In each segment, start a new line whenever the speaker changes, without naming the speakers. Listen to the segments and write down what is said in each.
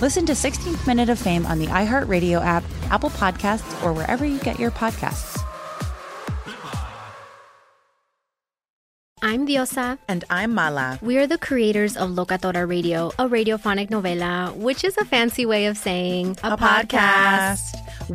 Listen to 16th Minute of Fame on the iHeartRadio app, Apple Podcasts, or wherever you get your podcasts.
I'm Diosa.
And I'm Mala.
We are the creators of Locatora Radio, a radiophonic novela, which is a fancy way of saying
a, a podcast. podcast.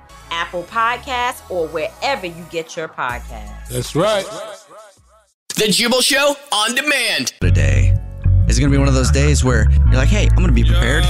Apple Podcasts, or wherever you get your podcasts.
That's right.
The Jubal Show on demand.
Today. Is it going to be one of those days where you're like, hey, I'm going to be prepared?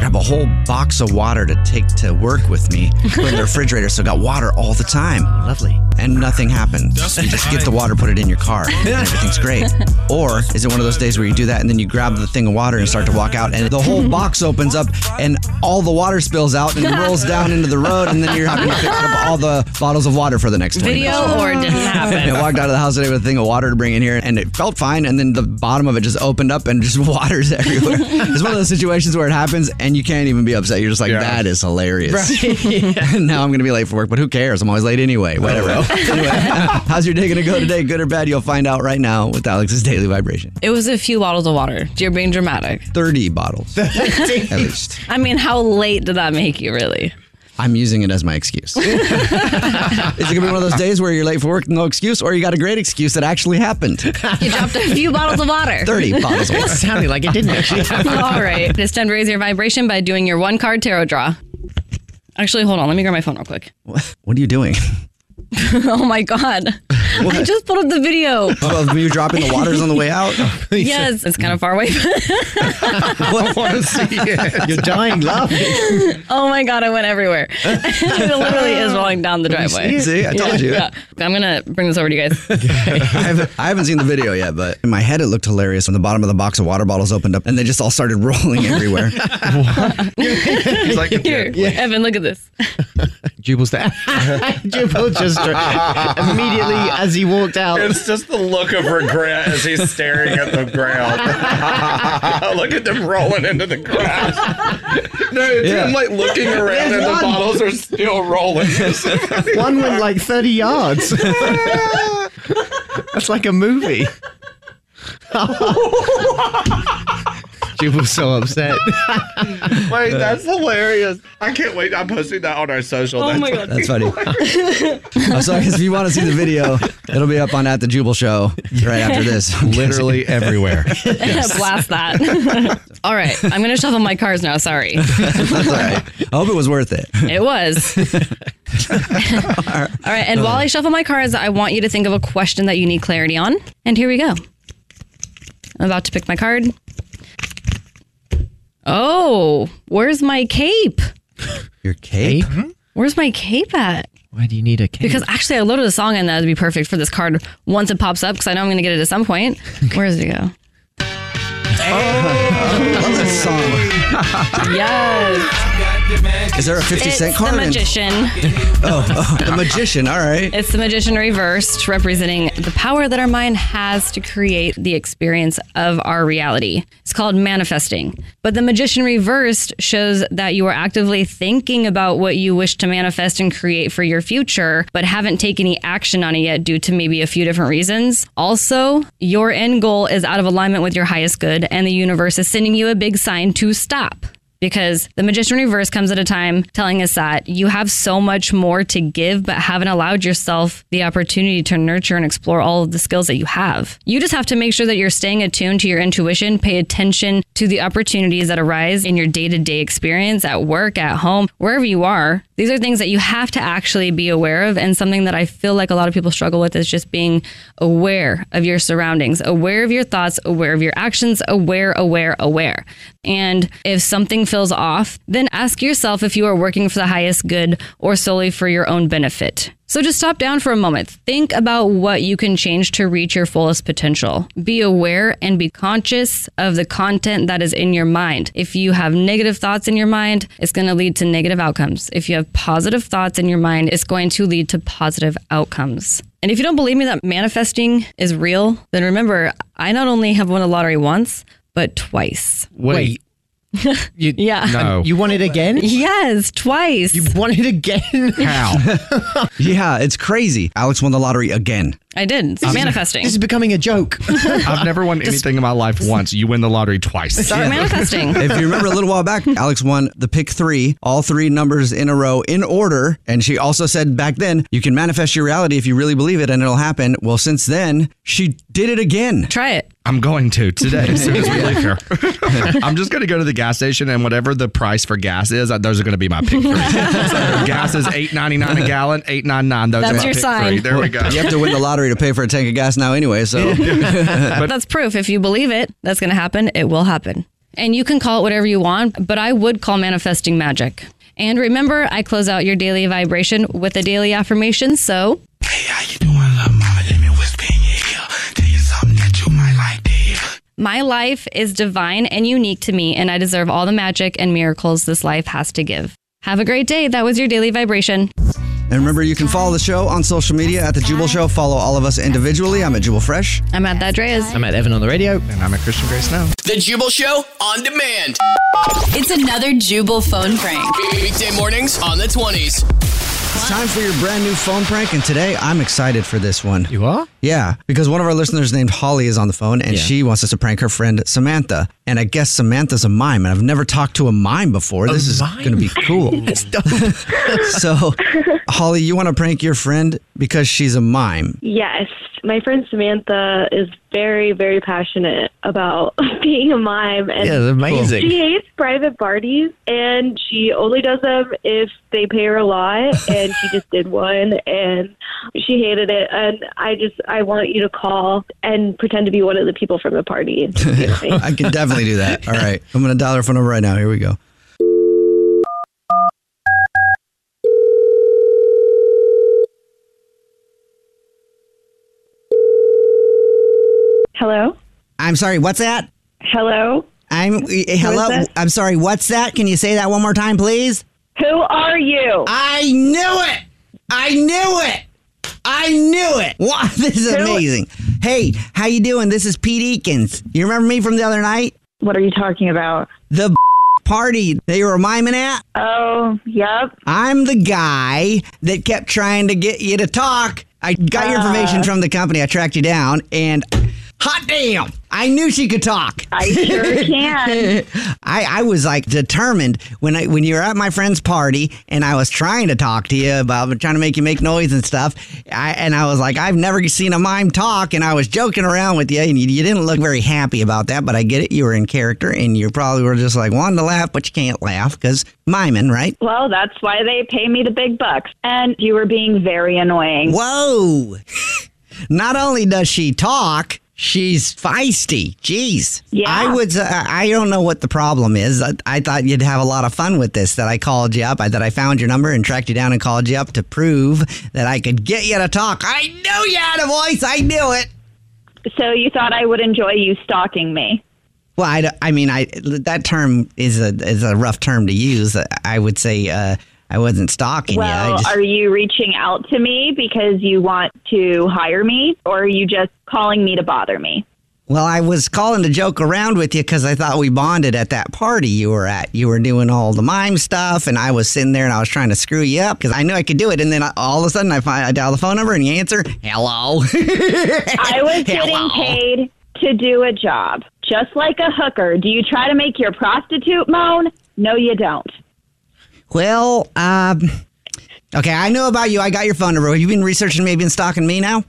Grab a whole box of water to take to work with me. Put in the refrigerator so I got water all the time.
Lovely.
And nothing happens. You just get the water, put it in your car, and everything's great. Or is it one of those days where you do that and then you grab the thing of water and start to walk out, and the whole box opens up and all the water spills out and rolls down into the road, and then you're having to pick up all the bottles of water for the next
video,
minutes.
or it didn't happen.
I walked out of the house today with a thing of water to bring in here, and it felt fine, and then the bottom of it just opened up and just waters everywhere. it's one of those situations where it happens and you can't even be upset. You're just like, yeah. that is hilarious. Right. yeah. now I'm going to be late for work, but who cares? I'm always late anyway. Whatever. anyway, how's your day going to go today? Good or bad? You'll find out right now with Alex's Daily Vibration.
It was a few bottles of water. You're being dramatic.
30 bottles. at least.
I mean, how late did that make you, really?
I'm using it as my excuse. Is it gonna be one of those days where you're late for work, no excuse, or you got a great excuse that actually happened?
You dropped a few bottles of water.
Thirty bottles. Of water.
It sounded like it didn't actually happen.
All right. This time, raise your vibration by doing your one card tarot draw. Actually, hold on. Let me grab my phone real quick.
What are you doing?
oh my god! What? I just pulled up the video.
Well, you dropping the waters on the way out?
yes, it's kind of far away.
I want to see it. You're dying laughing.
Oh my god! I went everywhere. it literally is rolling down the driveway.
See, I told you. Yeah.
I'm gonna bring this over to you guys.
I, haven't, I haven't seen the video yet, but in my head it looked hilarious when the bottom of the box of water bottles opened up and they just all started rolling everywhere.
He's like, Here, yeah. Evan, look at this.
Jubal's that.
Jubal just
immediately as he walked out.
It's just the look of regret as he's staring at the ground. look at them rolling into the grass. No, it's yeah. him like looking around, There's and one. the bottles are still rolling.
one went like thirty yards. That's like a movie. Jubal's so upset.
wait, that's hilarious. I can't wait. I'm posting that on our social.
Oh that's my god,
that's funny. I'm sorry. If you want to see the video, it'll be up on at the Jubal Show right after this.
Literally everywhere.
Yes. Blast that. all right, I'm gonna shuffle my cars now. Sorry.
that's all right. I hope it was worth it.
It was. all right, and while I shuffle my cards, I want you to think of a question that you need clarity on. And here we go. I'm about to pick my card. Oh, where's my cape?
Your cape? Mm-hmm.
Where's my cape at?
Why do you need a cape?
Because actually, I loaded a song and that'd be
Oh,
perfect for this card once it pops up because I know I'm going to get it at some point. Where does it go?
song.
yes.
Is there a 50
it's
cent card?
The
in-
magician.
oh, oh, the magician. All right.
It's the magician reversed, representing the power that our mind has to create the experience of our reality. It's called manifesting. But the magician reversed shows that you are actively thinking about what you wish to manifest and create for your future, but haven't taken any action on it yet due to maybe a few different reasons. Also, your end goal is out of alignment with your highest good, and the universe is sending you a big sign to stop because the magician reverse comes at a time telling us that you have so much more to give but haven't allowed yourself the opportunity to nurture and explore all of the skills that you have you just have to make sure that you're staying attuned to your intuition pay attention to the opportunities that arise in your day-to-day experience at work at home wherever you are these are things that you have to actually be aware of and something that i feel like a lot of people struggle with is just being aware of your surroundings aware of your thoughts aware of your actions aware aware aware and if something feels off, then ask yourself if you are working for the highest good or solely for your own benefit. So just stop down for a moment. Think about what you can change to reach your fullest potential. Be aware and be conscious of the content that is in your mind. If you have negative thoughts in your mind, it's going to lead to negative outcomes. If you have positive thoughts in your mind, it's going to lead to positive outcomes. And if you don't believe me that manifesting is real, then remember, I not only have won a lottery once, but twice.
Wait. You,
yeah.
No. You won it again?
Yes, twice.
You won it again?
How? yeah, it's crazy. Alex won the lottery again.
I did. It's
Um,
manifesting.
This is becoming a joke.
I've never won anything in my life once. You win the lottery twice.
Start manifesting.
If you remember a little while back, Alex won the pick three, all three numbers in a row in order. And she also said back then, you can manifest your reality if you really believe it and it'll happen. Well, since then, she did it again.
Try it.
I'm going to today as soon as we leave here. I'm just going to go to the gas station and whatever the price for gas is, uh, those are going to be my pick three. so gas is eight ninety nine a gallon, eight nine nine. Those
That's
are my
your
pick
sign.
three. There we go.
You have to win the lottery to pay for a tank of gas now anyway, so
that's proof. If you believe it, that's going to happen. It will happen. And you can call it whatever you want, but I would call manifesting magic. And remember, I close out your daily vibration with a daily affirmation. So My life is divine and unique to me, and I deserve all the magic and miracles this life has to give. Have a great day. That was your daily vibration.
And remember you can follow the show on social media at the Jubal Show. Follow all of us individually. I'm at Jubal Fresh.
I'm at that Dreas.
I'm at Evan on the radio.
And I'm at Christian Grace now.
The Jubal Show on demand.
It's another Jubal phone prank.
Weekday mornings on the 20s.
It's time for your brand new phone prank, and today I'm excited for this one.
You are?
Yeah, because one of our listeners named Holly is on the phone, and
Yeah.
she wants us to prank her friend Samantha. And I guess Samantha's a mime, and I've never talked to a mime before. this
Oh
is going to be cool. so, Holly, you want to prank your friend because she's a mime.
Yes. My friend Samantha is very, very passionate about being a mime. And
Yeah, that's amazing.
She hates private parties and she only does them if they pay her a lot. And she just did one and she hated it. And I just, I want you to call and pretend to be one of the people from the party. and just be a mime.
I can definitely do that. All right. I'm going to dial her phone number right now. Here we go.
Hello?
I'm sorry, what's that?
Hello?
I'm eh,
hello? that?
I'm sorry, what's that? Can you say that one more time, please?
Who are you?
I knew it. I knew it. I knew it. Wow, this is
Who-
amazing. Hey, how you doing? This is Pete Eakins. You remember me from the other night?
What are you talking about?
The party that you were miming at?
Oh, yep.
I'm the guy that kept trying to get you to talk. I got
Uh.
your information from the company. I tracked you down and hot damn. I knew she could talk.
I sure can.
I, I was like determined when I when you were at my friend's party and I was trying to talk to you about trying to make you make noise and stuff. I, and I was like, I've never seen a mime talk, and I was joking around with you, and you, you didn't look very happy about that. But I get it, you were in character, and you probably were just like wanting to laugh, but you can't laugh because miming, right?
Well, that's why they pay me the big bucks. And you were being very annoying.
Whoa! Not only does she talk, she's feisty. Jeez.
Yeah.
I would. Uh, I don't know what the problem is. I, I thought you'd have a lot of fun with this. That I called you up. I, that I found your number and tracked you down and called you up to prove that I could get you to talk. I knew you had a voice. I knew it.
So you thought I would enjoy you stalking me.
Well, I, d- I mean, I that term is a is a rough term to use. I would say uh, I wasn't stalking you.
Well,
I just,
are you reaching out to me because you want to hire me, or are you just calling me to bother me?
well, I was calling to joke around with you because I thought we bonded at that party you were at. You were doing all the mime stuff, and I was sitting there and I was trying to screw you up because I knew I could do it. And then I, all of a sudden, I find I dial the phone number and you answer, "Hello."
I was getting paid to do a job, just like a hooker. Do you try to make your prostitute moan? No, you don't.
Well, um, okay, I know about you. I got your phone number. Have you been researching me, been stalking me now?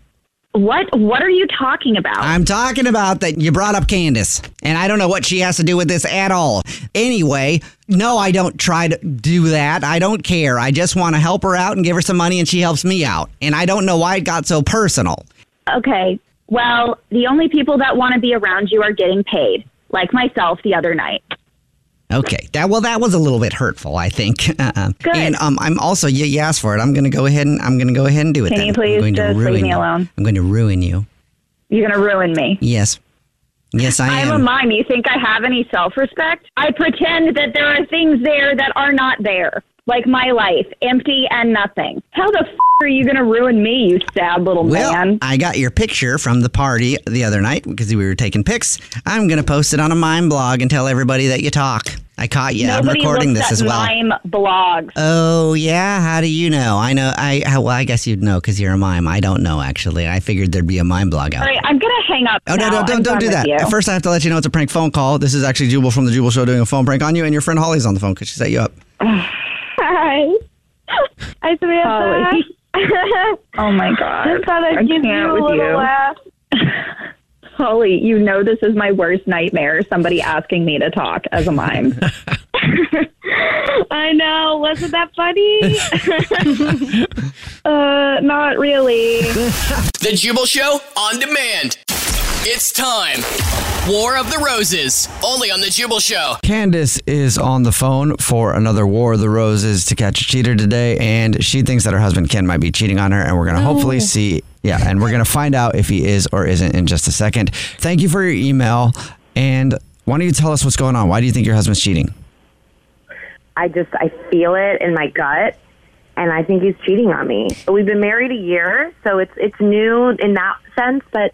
What What are you talking about?
I'm talking about that you brought up Candace, and I don't know what she has to do with this at all. Anyway, no, I don't try to do that. I don't care. I just want to help her out and give her some money, and she helps me out. And I don't know why it got so personal.
Okay. Well, the only people that want to be around you are getting paid, like myself the other night.
Okay. That well, that was a little bit hurtful, I think. Uh-uh.
Good.
And um, I'm also you, you asked for it. I'm going to go ahead and I'm going to go ahead and do it.
Can
then.
you please
I'm going to
just leave
ruin
me
you.
alone?
I'm going to ruin you.
You're going to ruin me.
Yes. Yes, I
I'm
am.
a mime. You think I have any self respect? I pretend that there are things there that are not there, like my life, empty and nothing. How the f are you going to ruin me, you sad little
well,
man?
I got your picture from the party the other night because we were taking pics. I'm going to post it on a mime blog and tell everybody that you talk. I caught you. I'm
Nobody
recording
looks
this
at
as well.
Mime blog.
Oh yeah, how do you know? I know. I how- well, I guess you'd know because you're a mime. I don't know actually. I figured there'd be a mime blog out.
All right, I'm gonna hang up.
Oh no,
now.
no,
I'm done
don't don't do
with
that.
you.
At first, I have to let you know it's a prank phone call. This is actually Jubal from the Jubal Show doing a phone prank on you, and your friend Holly's on the phone because she set you up.
Hi. Hi, Samantha.
oh my god.
Just thought I'd
I'm
give
hanging out
you a
with
little
you.
laugh.
Holly, you know this is my worst nightmare. Somebody asking me to talk as a mime.
I know. Wasn't that funny?
uh, not really.
The Jubal Show on demand. It's time. War of the Roses, only on The Jubal Show.
Candace is on the phone for another War of the Roses to catch a cheater today, and she thinks that her husband Ken might be cheating on her, and we're gonna
No.
hopefully see. Yeah, and we're gonna find out if he is or isn't in just a second. Thank you for your email, and why don't you tell us what's going on? Why do you think your husband's cheating?
I just I feel it in my gut, and I think he's cheating on me. We've been married a year, so it's it's new in that sense, but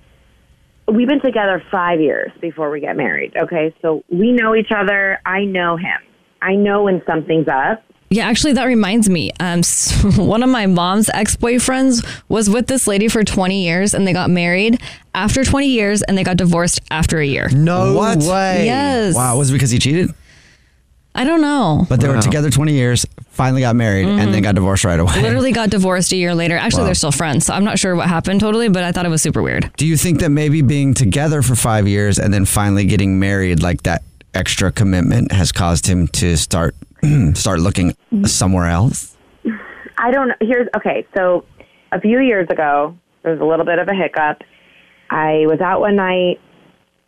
we've been together five years before we get married. Okay, so we know each other. I know him. I know when something's up.
Yeah, actually, that reminds me. Um, so one of my mom's ex boyfriends was with this lady for 20 years and they got married after 20 years and they got divorced after a year.
No what? way.
Yes.
Wow. Was it because he cheated?
I don't know.
But they were together 20 years, finally got married,
Mhm.
and then got divorced right away.
Literally got divorced a year later. Actually,
Wow.
they're still friends. So I'm not sure what happened totally, but I thought it was super weird.
Do you think that maybe being together for five years and then finally getting married, like that extra commitment, has caused him to start start looking somewhere else?
I don't know. Here's okay. So a few years ago, there was a little bit of a hiccup. I was out one night,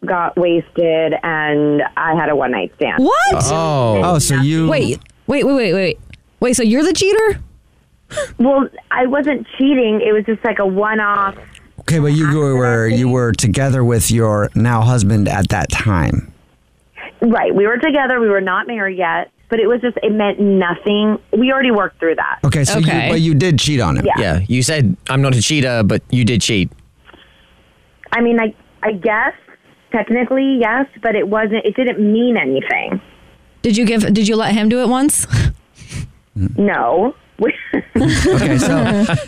got wasted, and I had a one night stand.
What?
oh, so you
Wait, wait, wait, wait, wait. Wait, so you're the cheater?
Well, I wasn't cheating. It was just like a one off.
okay? But you were you were together with your now husband at that time.
Right. We were together. We were not married yet, but it was just, it meant nothing. We already worked through that.
Okay, so you but you did cheat on him.
Yeah.
Yeah, you said I'm not a cheater, but you did cheat.
I mean, I, I guess technically, yes, but it wasn't, it didn't mean anything.
Did you give? Did you let him do it once?
No.
Okay, so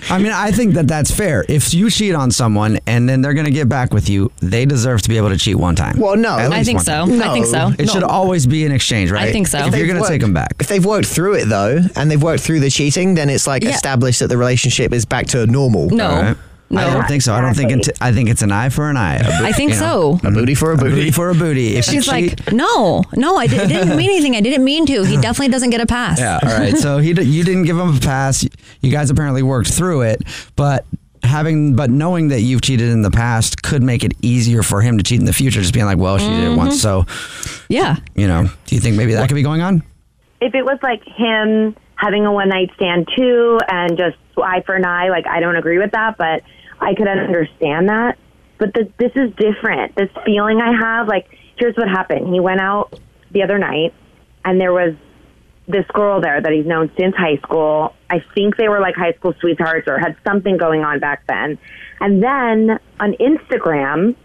I mean, I think that that's fair. If you cheat on someone and then they're going to get back with you, they deserve to be able to cheat one time.
Well, no.
At
I
least
think
one
so.
time.
I think so.
It
No.
should always be an exchange, right? If you're going to take them back.
If they've worked through it though, and they've worked through the cheating, then it's like
Yeah.
established that the relationship is back to normal.
No.
All right. I don't think so. I don't think it's. I think it's an eye for an eye. A
I think so.
A booty for a booty. for a booty. If you
She's
cheat-
like, no, no, I did, it didn't mean anything. I didn't mean to. He definitely doesn't get a pass.
yeah. All right. So he, di- you didn't give him a pass. You guys apparently worked through it, but having, but knowing that you've cheated in the past could make it easier for him to cheat in the future. Just being like, well, she
Mm-hmm.
did it
Mhm.
once, so
yeah.
You know, do you think maybe that could be going on?
If it was like him having a one night stand too and just eye for an eye, like, I don't agree with that, but I could understand that. But the, this is different. This feeling I have, like, here's what happened. He went out the other night, and there was this girl there that he's known since high school. I think they were like high school sweethearts or had something going on back then. And then on Instagram,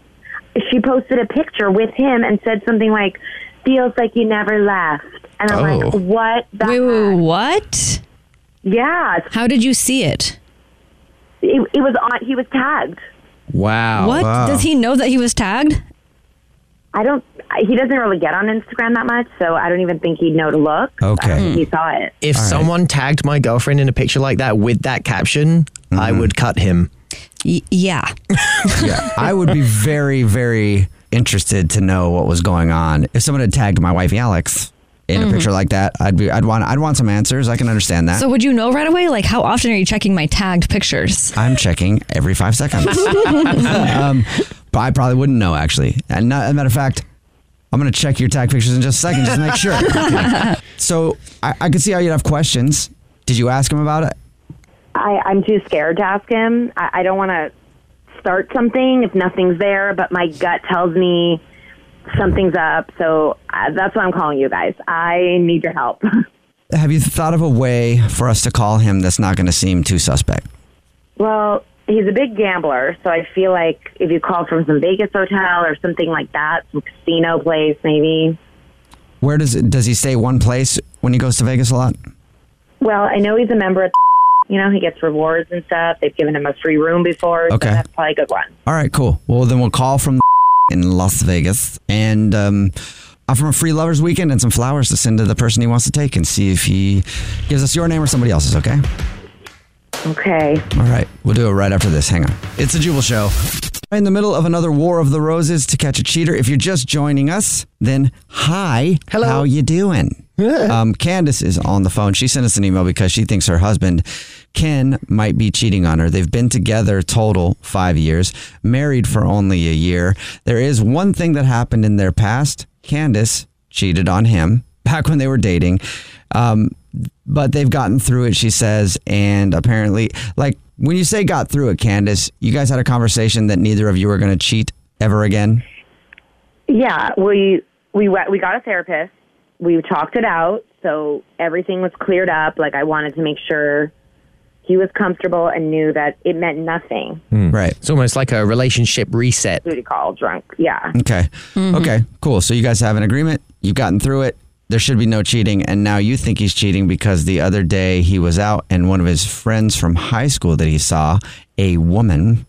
she posted a picture with him and said something like, "Feels like you never left." And I'm like,
Oh.
"What? The
Wait, wait, what?
Yeah.
How did you see it?
It, it was on. He was tagged.
Oh,
Wow.
What? Does he know that he was tagged?
I don't. He doesn't really get on Instagram that much, so I don't even think he'd know to look.
Okay.
I think he saw it.
If someone tagged my girlfriend in a picture like that with that caption, I
Mm-hmm.
would cut him.
Y- yeah.
yeah, I would be very, very interested to know what was going on. If someone had tagged my wife Alex in
Mhm.
a picture like that, I'd be, I'd want, I'd want some answers. I can understand that.
So would you know right away? Like, how often are you checking my tagged pictures?
I'm checking every five seconds. um, but I probably wouldn't know actually. And not, as a matter of fact, I'm gonna check your tag pictures in just a second just to make sure. so I, I could see how you'd have questions. Did you ask him about it?
I, I'm too scared to ask him. I, I don't want to start something if nothing's there, but my gut tells me something's up. So uh, that's why I'm calling you guys. I need your help.
Have you thought of a way for us to call him that's not gonna seem too suspect?
well, he's a big gambler, so I feel like if you call from some Vegas hotel or something like that, some casino place maybe.
Where does does he stay one place when he goes to Vegas a lot?
Well, I know he's a member of. You know, he gets rewards and stuff. They've given him a free room before.
Okay.
So that's probably a good one.
All right, cool. Well, then we'll call from in Las Vegas and um, offer him a free lovers weekend and some flowers to send to the person he wants to take and see if he gives us your name or somebody else's. Okay.
Okay.
All right, we'll do it right after this. Hang on. It's a Jubal show. In the middle of another War of the Roses to catch a cheater. If you're just joining us, then hi. Hello. How you doing? um, Candace is on the phone. She sent us an email because she thinks her husband Ken might be cheating on her. They've been together total five years, married for only a year. There is one thing that happened in their past. Candace cheated on him back when they were dating. Um, but they've gotten through it, she says. And apparently, like when you say got through it, Candace, you guys had a conversation that neither of you were going to cheat ever again.
Yeah, we we went, we got a therapist. We talked it out, so everything was cleared up. Like I wanted to make sure he was comfortable and knew that it meant nothing.
Hmm. Right.
It's almost like a relationship reset.
Booty call, drunk. Yeah.
Okay. Okay. Cool. So you guys have an agreement. You've gotten through it. There should be no cheating. And now you think he's cheating because the other day he was out and one of his friends from high school that he saw, a woman,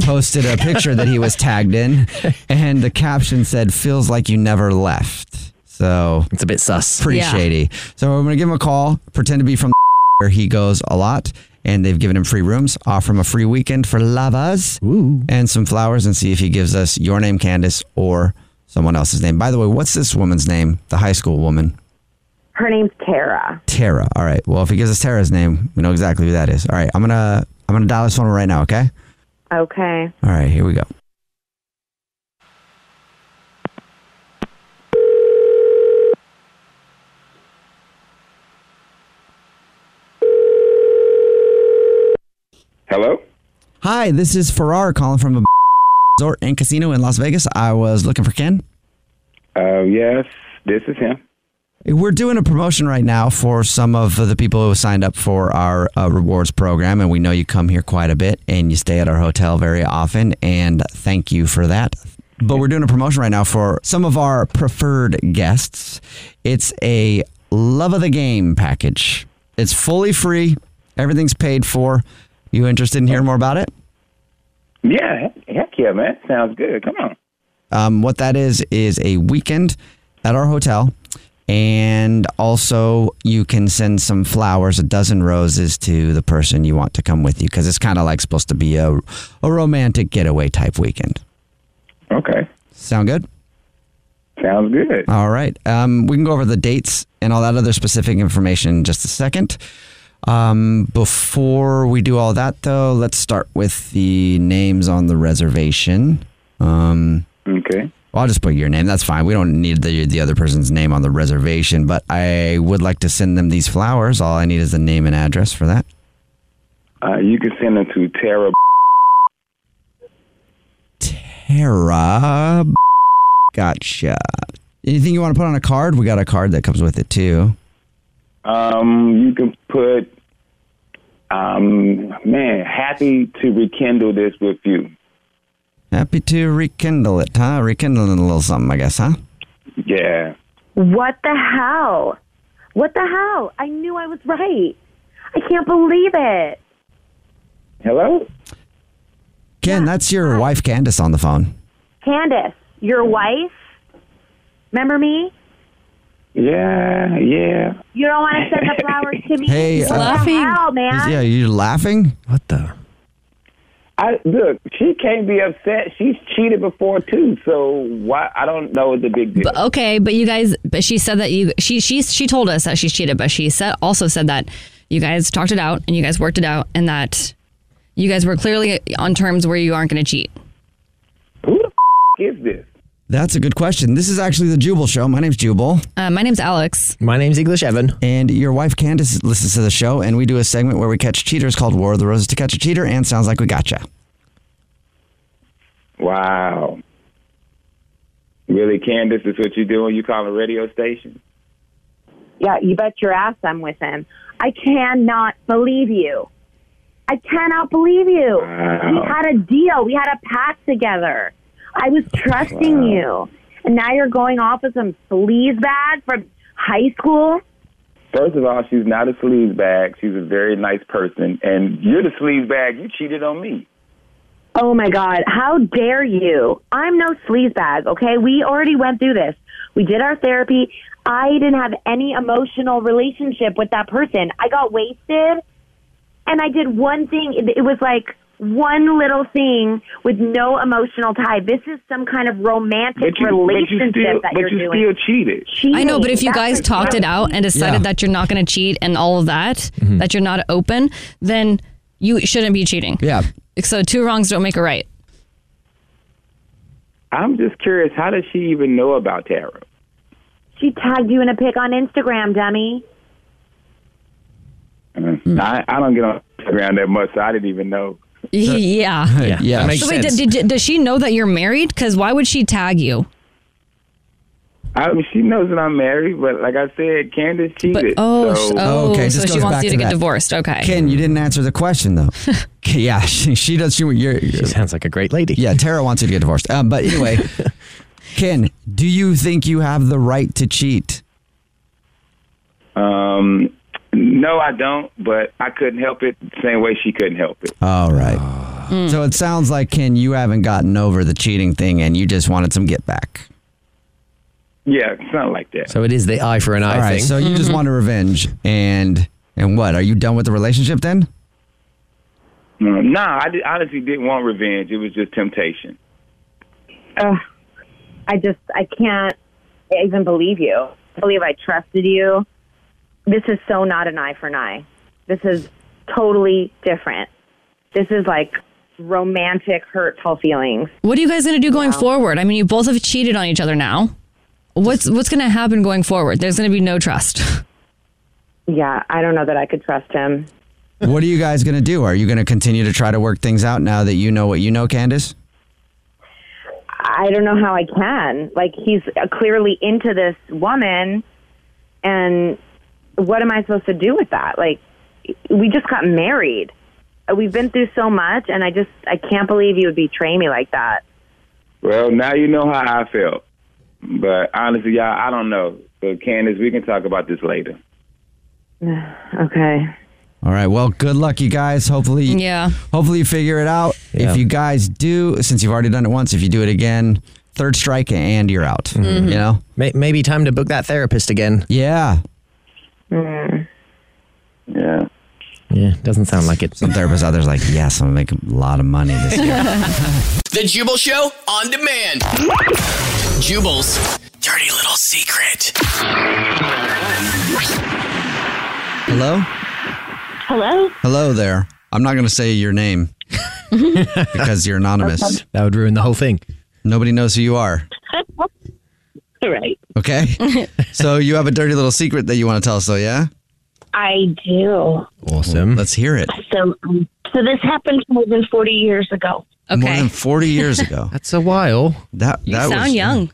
posted a picture that he was tagged in. And the caption said, feels like you never left. So it's a bit sus. Pretty
Yeah.
shady. So I'm going to give him a call, pretend to be from where he goes a lot. And they've given him free rooms, offer him a free weekend for lavas and some flowers, and see if he gives us your name, Candace, or someone else's name. By the way, what's this woman's name? The high school woman,
Her name's Tara.
Tara. All right. Well, if he gives us Tara's name, we know exactly who that is. All right. I'm gonna I'm gonna dial this phone right now. Okay.
Okay.
All right. Here we go.
Hello?
Hi, this is Farrar calling from the resort and casino in Las Vegas. I was looking for Ken.
Uh, yes, this is him.
We're doing a promotion right now for some of the people who signed up for our uh, rewards program, and we know you come here quite a bit and you stay at our hotel very often, and thank you for that. But we're doing a promotion right now for some of our preferred guests. It's a love of the game package. It's fully free. Everything's paid for. You interested in hearing more about it?
Yeah, heck, heck yeah, man. Sounds good. Come on.
Um, what that is is a weekend at our hotel, and also you can send some flowers, a dozen roses, to the person you want to come with you because it's kind of like supposed to be a a romantic getaway type weekend.
Okay.
Sound good?
Sounds good.
All right. Um, we can go over the dates and all that other specific information in just a second. Um, before we do all that, though, let's start with the names on the reservation. Um,
okay.
Well, I'll just put your name. That's fine. We don't need the the other person's name on the reservation, but I would like to send them these flowers. All I need is the name and address for that.
Uh, you can send them to Tara.
Tara. Gotcha. Anything you want to put on a card? We got a card that comes with it too.
Um, you can put, um, man, happy to rekindle this with you.
Happy to rekindle it, huh? Rekindling a little something, I guess, huh?
Yeah.
What the hell? What the hell? I knew I was right. I can't believe it.
Hello?
Ken, that's your wife Candace on the phone.
Candace, your wife? Remember me?
Yeah, yeah.
You don't want to send the flowers to me.
Hey,
what the hell, man?
Yeah, you're laughing? What the?
I look. She can't be upset. She's cheated before too. So why? I don't know the big deal.
But okay, but you guys, but she said that you she she she told us that she's cheated, but she said also said that you guys talked it out and you guys worked it out and that you guys were clearly on terms where you aren't going to cheat.
Who the f- is this?
That's a good question. This is actually the Jubal Show. My name's Jubal.
Uh, my name's Alex.
My name's English Evan. And your wife Candace listens to the show, and we do a segment where we catch cheaters called War of the Roses to catch a cheater, and sounds like we gotcha.
Wow. Really, Candace, is what you're doing? You call a radio station?
Yeah, you bet your ass I'm with him. I cannot believe you. I cannot believe you. We had a deal. We had a pact together. I was trusting you. And now you're going off with some sleaze bag from high school?
First of all, she's not a sleaze bag. She's a very nice person, and you're the sleaze bag. You cheated on me.
Oh my God, how dare you? I'm no sleazebag, okay? We already went through this. We did our therapy. I didn't have any emotional relationship with that person. I got wasted and I did one thing. It it was like one little thing with no emotional tie. This is some kind of romantic
But you, but you
relationship
still,
that
but
you're
you
doing.
still cheated.
I know, but if you guys talked it out and decided
Yeah. Mm-hmm.
that you're not going to cheat and all of that, that you're not open, then you shouldn't be cheating.
Yeah.
So two wrongs don't make a right.
I'm just curious. How does she even know about tarot?
She tagged you in a pic on Instagram, dummy.
I, mean, I, I don't get on Instagram that much, so I didn't even know.
Yeah.
Yeah, Yeah. that makes
so wait,
sense.
Did, did, does she know that you're married? Because why would she tag you?
I mean, she knows that I'm married, but like I said, Candace cheated.
oh,
so,
okay, this
so she
goes
wants
back
you to
to
get
that.
divorced. Okay.
Ken, you didn't answer the question though. Okay, yeah, she, she does. She, you're, she sounds like a great lady. Yeah, Tara wants you to get divorced. Um, but anyway, Ken, do you think you have the right to cheat?
Um, no, I don't. But I couldn't help it. the Same way she couldn't help it.
All right.
Mm.
So it sounds like Ken, you haven't gotten over the cheating thing, and you just wanted some get back.
Yeah, it's not like that.
So it is the eye for an eye
All right,
thing.
so you
Mm-hmm.
just wanted revenge, and and what? Are you done with the relationship then?
Mm, Nah, I did, honestly didn't want revenge. It was just temptation.
Ugh, I just, I can't even believe you. I believe I trusted you. This is so not an eye for an eye. This is totally different. This is like romantic, hurtful feelings.
What are you guys going to do going
Wow.
forward? I mean, you both have cheated on each other now. What's what's going to happen going forward? There's going to be no trust.
Yeah, I don't know that I could trust him.
what are you guys gonna do? Are you gonna continue to try to work things out now that you know what you know, Candace?
I don't know how I can. Like, he's clearly into this woman, and what am I supposed to do with that? Like, we just got married. We've been through so much, and I just, I can't believe you would betray me like that.
Well, now you know how I felt. But honestly, y'all, I don't know. But Candace, we can talk about this later.
Okay.
All right. Well, good luck, you guys. Hopefully,
yeah.
Hopefully, you figure it out.
Yeah.
If you guys do, since you've already done it once, if you do it again, third strike and you're out. You know,
May- maybe time to book that therapist again.
Yeah.
Hmm.
Yeah.
Yeah. Doesn't sound like it.
Some therapists out there's like, yes, I'm gonna make a lot of money this year.
The Jubal Show on demand. Jubal's dirty little secret.
Hello.
Hello?
Hello there. I'm not gonna say your name because you're anonymous.
Okay.
That would ruin the whole thing. Nobody knows who you are.
right.
Okay. so you have a dirty little secret that you want to tell us, though, yeah?
I do.
Awesome. Let's hear it.
So, um, so this happened more than 40 years ago.
More than 40 years ago.
That's a while.
That
You sound young.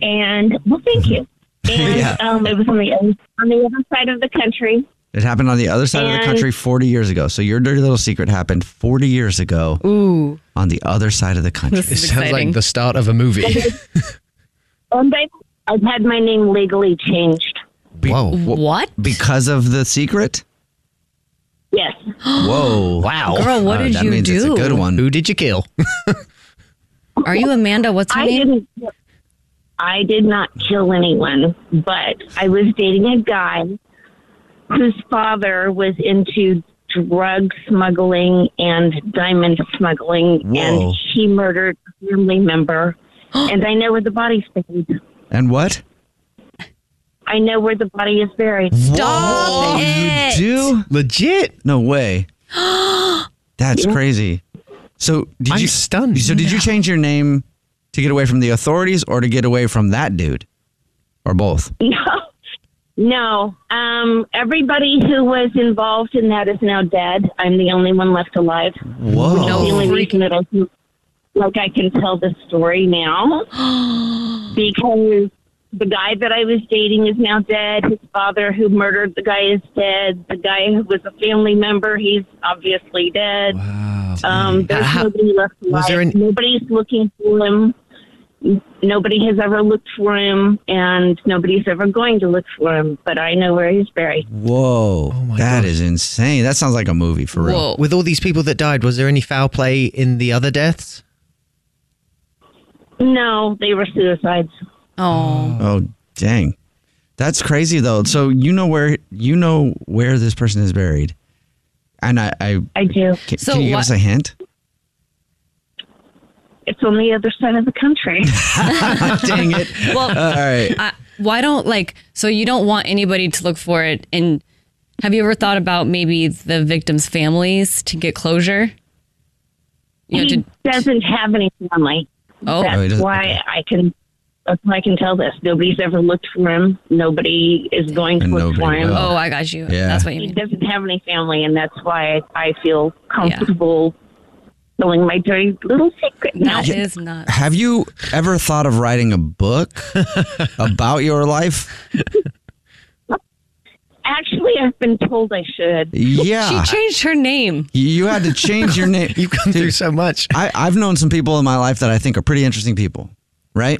And well, thank you. And
Yeah.
um, it was on the other- on the other side of the country.
It happened on the other side of the
And-
country 40 years ago. So your dirty little secret happened 40 years ago
Ooh.
on the other side of the country.
This is It sounds like exciting.
the start of a movie.
And they, Um, I've had my name legally changed.
Whoa.
What?
Because of the secret?
Yes.
Whoa. Uh,
Wow.
Girl, what did
that
you
means It's a
do?
good one.
Who did you kill?
Are you Amanda? What's her
I
name?
didn't. I did not kill anyone, but I was dating a guy whose father was into drug smuggling and diamond smuggling,
Whoa.
and he murdered a family member. and I know where the body's buried.
And what?
I know where the body is buried.
Stop
it!
Do? Legit? No way. That's crazy. So did you stunned? So did you change your name to get away from the authorities or to get away from that dude? Or both?
No, no. Um, everybody who was involved in that is now dead. I'm the only one left alive.
Whoa.
Which is the only reason that I can, like I can tell the story now because the guy that I was dating is now dead. His father, who murdered the guy, is dead. The guy who was a family member, he's obviously dead. Um, there's nobody left alive.
there an-
Nobody's looking for him. N- Nobody has ever looked for him, and nobody's ever going to look for him. But I know where he's buried.
Whoa. that is insane. That sounds like a movie for real.
With all these people that died, was there any foul play in the other deaths?
No, they were suicides.
Oh.
Oh dang. That's crazy though. So you know where you know where this person is buried. And I I,
I do.
Can, can you give us a hint?
It's on the other side of the country.
Dang it.
Well,
All right.
I, why don't like so you don't want anybody to look for it and have you ever thought about maybe the victims' families to get closure? You know,
he
Mm.
to,
doesn't have any family.
Oh.
that's
Oh, he doesn't-
why I can. That's why I can tell this. Nobody's ever looked for him. Nobody is going to look for him.
Oh, I got you. That's what you
He
mean.
doesn't have any family, and that's why I feel comfortable telling my dirty little secret. Now.
That is not.
Uh,
Have you ever thought of writing a book about your life?
Actually, I've been told I should.
Yeah.
She changed her name.
You had to change your name. You've
come through so much.
I, I've known some people in my life that I think are pretty interesting people, right?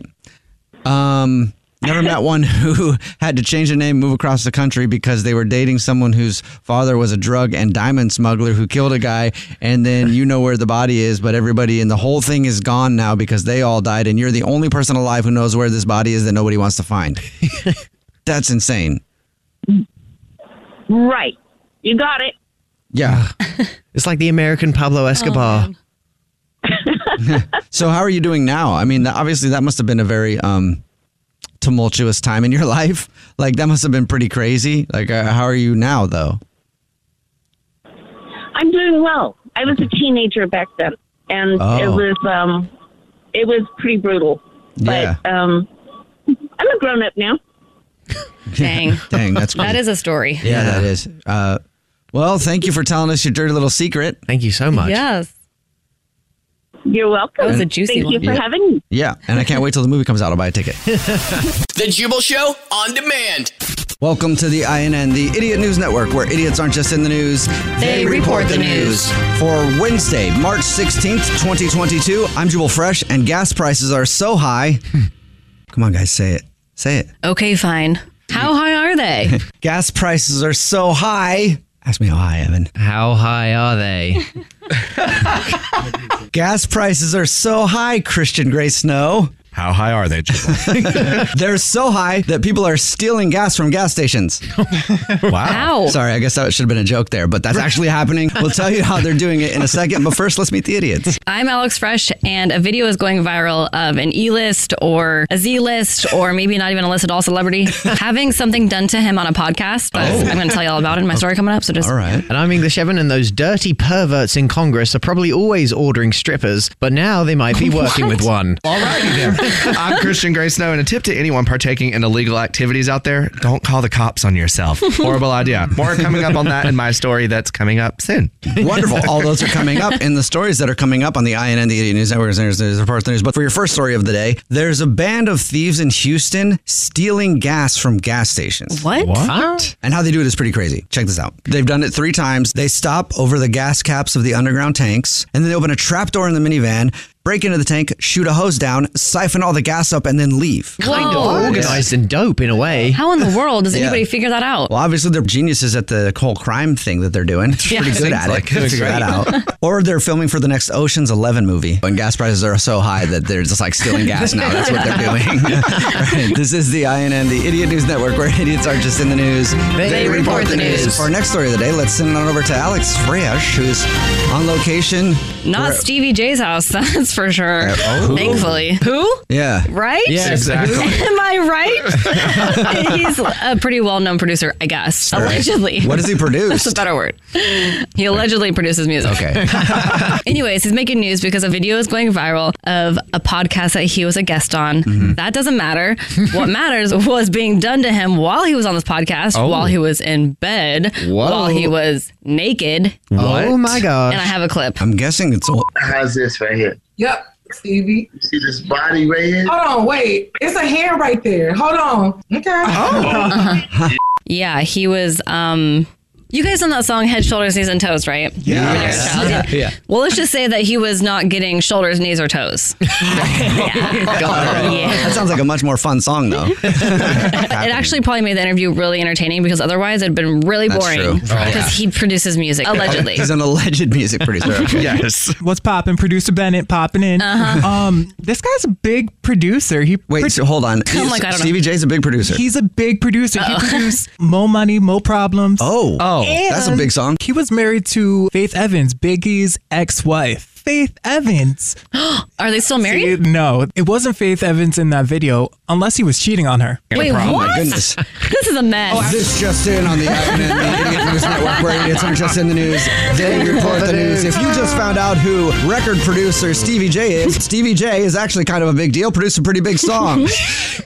Um, never met one who had to change their name, move across the country because they were dating someone whose father was a drug and diamond smuggler who killed a guy, and then you know where the body is, but everybody and the whole thing is gone now because they all died, and you're the only person alive who knows where this body is that nobody wants to find. That's insane.
Right. You got it.
Yeah.
it's like the American Pablo
Oh,
Oh,
Escobar.
so how are you doing now? I mean, that- obviously that must have been a very um, tumultuous time in your life. Like that must have been pretty crazy. Like uh, how are you now though?
I'm doing well. I was a teenager back then, and
Oh.
it was um, it was pretty brutal.
Yeah.
But um, I'm a grown up now.
Dang.
Dang, that's
That
crazy.
is a story.
Yeah, that is. Uh, well, thank you for telling us your dirty little secret.
Thank you so
Yes.
You're welcome.
That was a juicy
Thank you
one.
for
Yeah.
having me.
Yeah, and I can't wait till the movie comes out. I'll buy a ticket.
The Jubal Show on demand.
Welcome to the INN, the Idiot News Network, where idiots aren't just in the news,
They report the news.
For Wednesday, March 16th, 2022, I'm Jubal Fresh, and gas prices are so high. Come on, guys, say it. Say it.
Okay, fine. How high are they?
gas prices are so high. Ask me how high, Evan.
How high are they?
Gas prices are so high, Christian Gray Snow. How high are they, They're so high that people are stealing gas from gas stations. wow. Sorry, I guess that should have been a joke there, but that's actually happening. We'll tell you how they're doing it in a second, but first, let's meet the idiots.
I'm Alex Fresh, and a video is going viral of an E list or a Z list or maybe not even a list at all celebrity having something done to him on a podcast. But
Oh.
I'm going to tell you all about it in my story coming up. So just
And I'm English Evan, and those dirty perverts in Congress are probably always ordering strippers, but now they might be working with one.
Alrighty then.
I'm Christian Gray Snow, and a tip to anyone partaking in illegal activities out there don't call the cops on yourself. Horrible idea. More coming up on that in my story that's coming up soon.
Wonderful. All those are coming up in the stories that are coming up on the INN, the 80 News Network, and there's, there's reports news. But for your first story of the day, there's a band of thieves in Houston stealing gas from gas stations.
What? What?
And how they do it is pretty crazy. Check this out. They've done it three times. They stop over the gas caps of the underground tanks, and then they open a trap door in the minivan, break into the tank, shoot a hose down, siphon all the gas up, and then leave.
Kind of Whoa. organized
and dope in a way.
How in the world does
Yeah.
anybody figure that out?
Well, obviously they're geniuses at the whole crime thing that they're doing.
Yeah.
Pretty good
Seems
at
like
it.
it.
Figure that
Right.
out. Or they're filming for the next Ocean's Eleven movie, and gas prices are so high that they're just like stealing gas now. That's what they're doing. Right. This is the INN, the Idiot News Network, where idiots aren't just in the news.
They report the news.
For our next story of the day, let's send it on over to Alex Fresh, who's on location.
Not
We're-
Stevie J's house, that's for sure.
Uh, oh.
Thankfully. Who?
Yeah.
Right?
Yeah, exactly.
Am I right? He's a pretty well known producer, I guess.
All right.
Allegedly.
What does he produce?
That's a better word. He allegedly produces music.
Okay.
Anyways, he's making news because a video is going viral of a podcast that he was a guest on.
Mm-hmm.
That doesn't matter. what matters was being done to him while he was on this podcast,
Oh.
while he was in bed,
Whoa.
while he was naked.
Oh my gosh.
And I have a clip.
I'm guessing it's all.
How's this right here?
Yep, Stevie.
See this body right here?
Hold on, wait. It's a hand right there. Hold on. Okay.
Yeah, he was. um You guys know that song "Head, Shoulders, Knees, and Toes," right?
Yes.
Yeah.
Yeah.
Well, let's just say that he was not getting shoulders, knees, or toes.
That sounds like a much more fun song, though.
It actually probably made the interview really entertaining because otherwise it'd been really
That's true.
boring.
Right.
Because he produces music allegedly.
He's an alleged music producer. Okay.
What's poppin'? Producer Bennett popping in.
Uh-huh.
Um, this guy's a big producer. He
Wait, so hold on.
Oh my God, I don't
Stevie
know.
J's a big producer.
He's a big producer.
Oh.
He produced Mo Money, Mo Problems.
Oh,
oh,
that's a big song.
He was married to Faith Evans, Biggie's ex-wife. Faith Evans.
Are they still married?
See, no, it wasn't Faith Evans in that video, unless he was cheating on her.
Wait, what? This is a mess.
Oh, this just in on the INN, the Idiot News Network, where idiots aren't just in the news. They report the news. If you just found out who record producer Stevie J is, Stevie J is actually kind of a big deal, produced a pretty big song.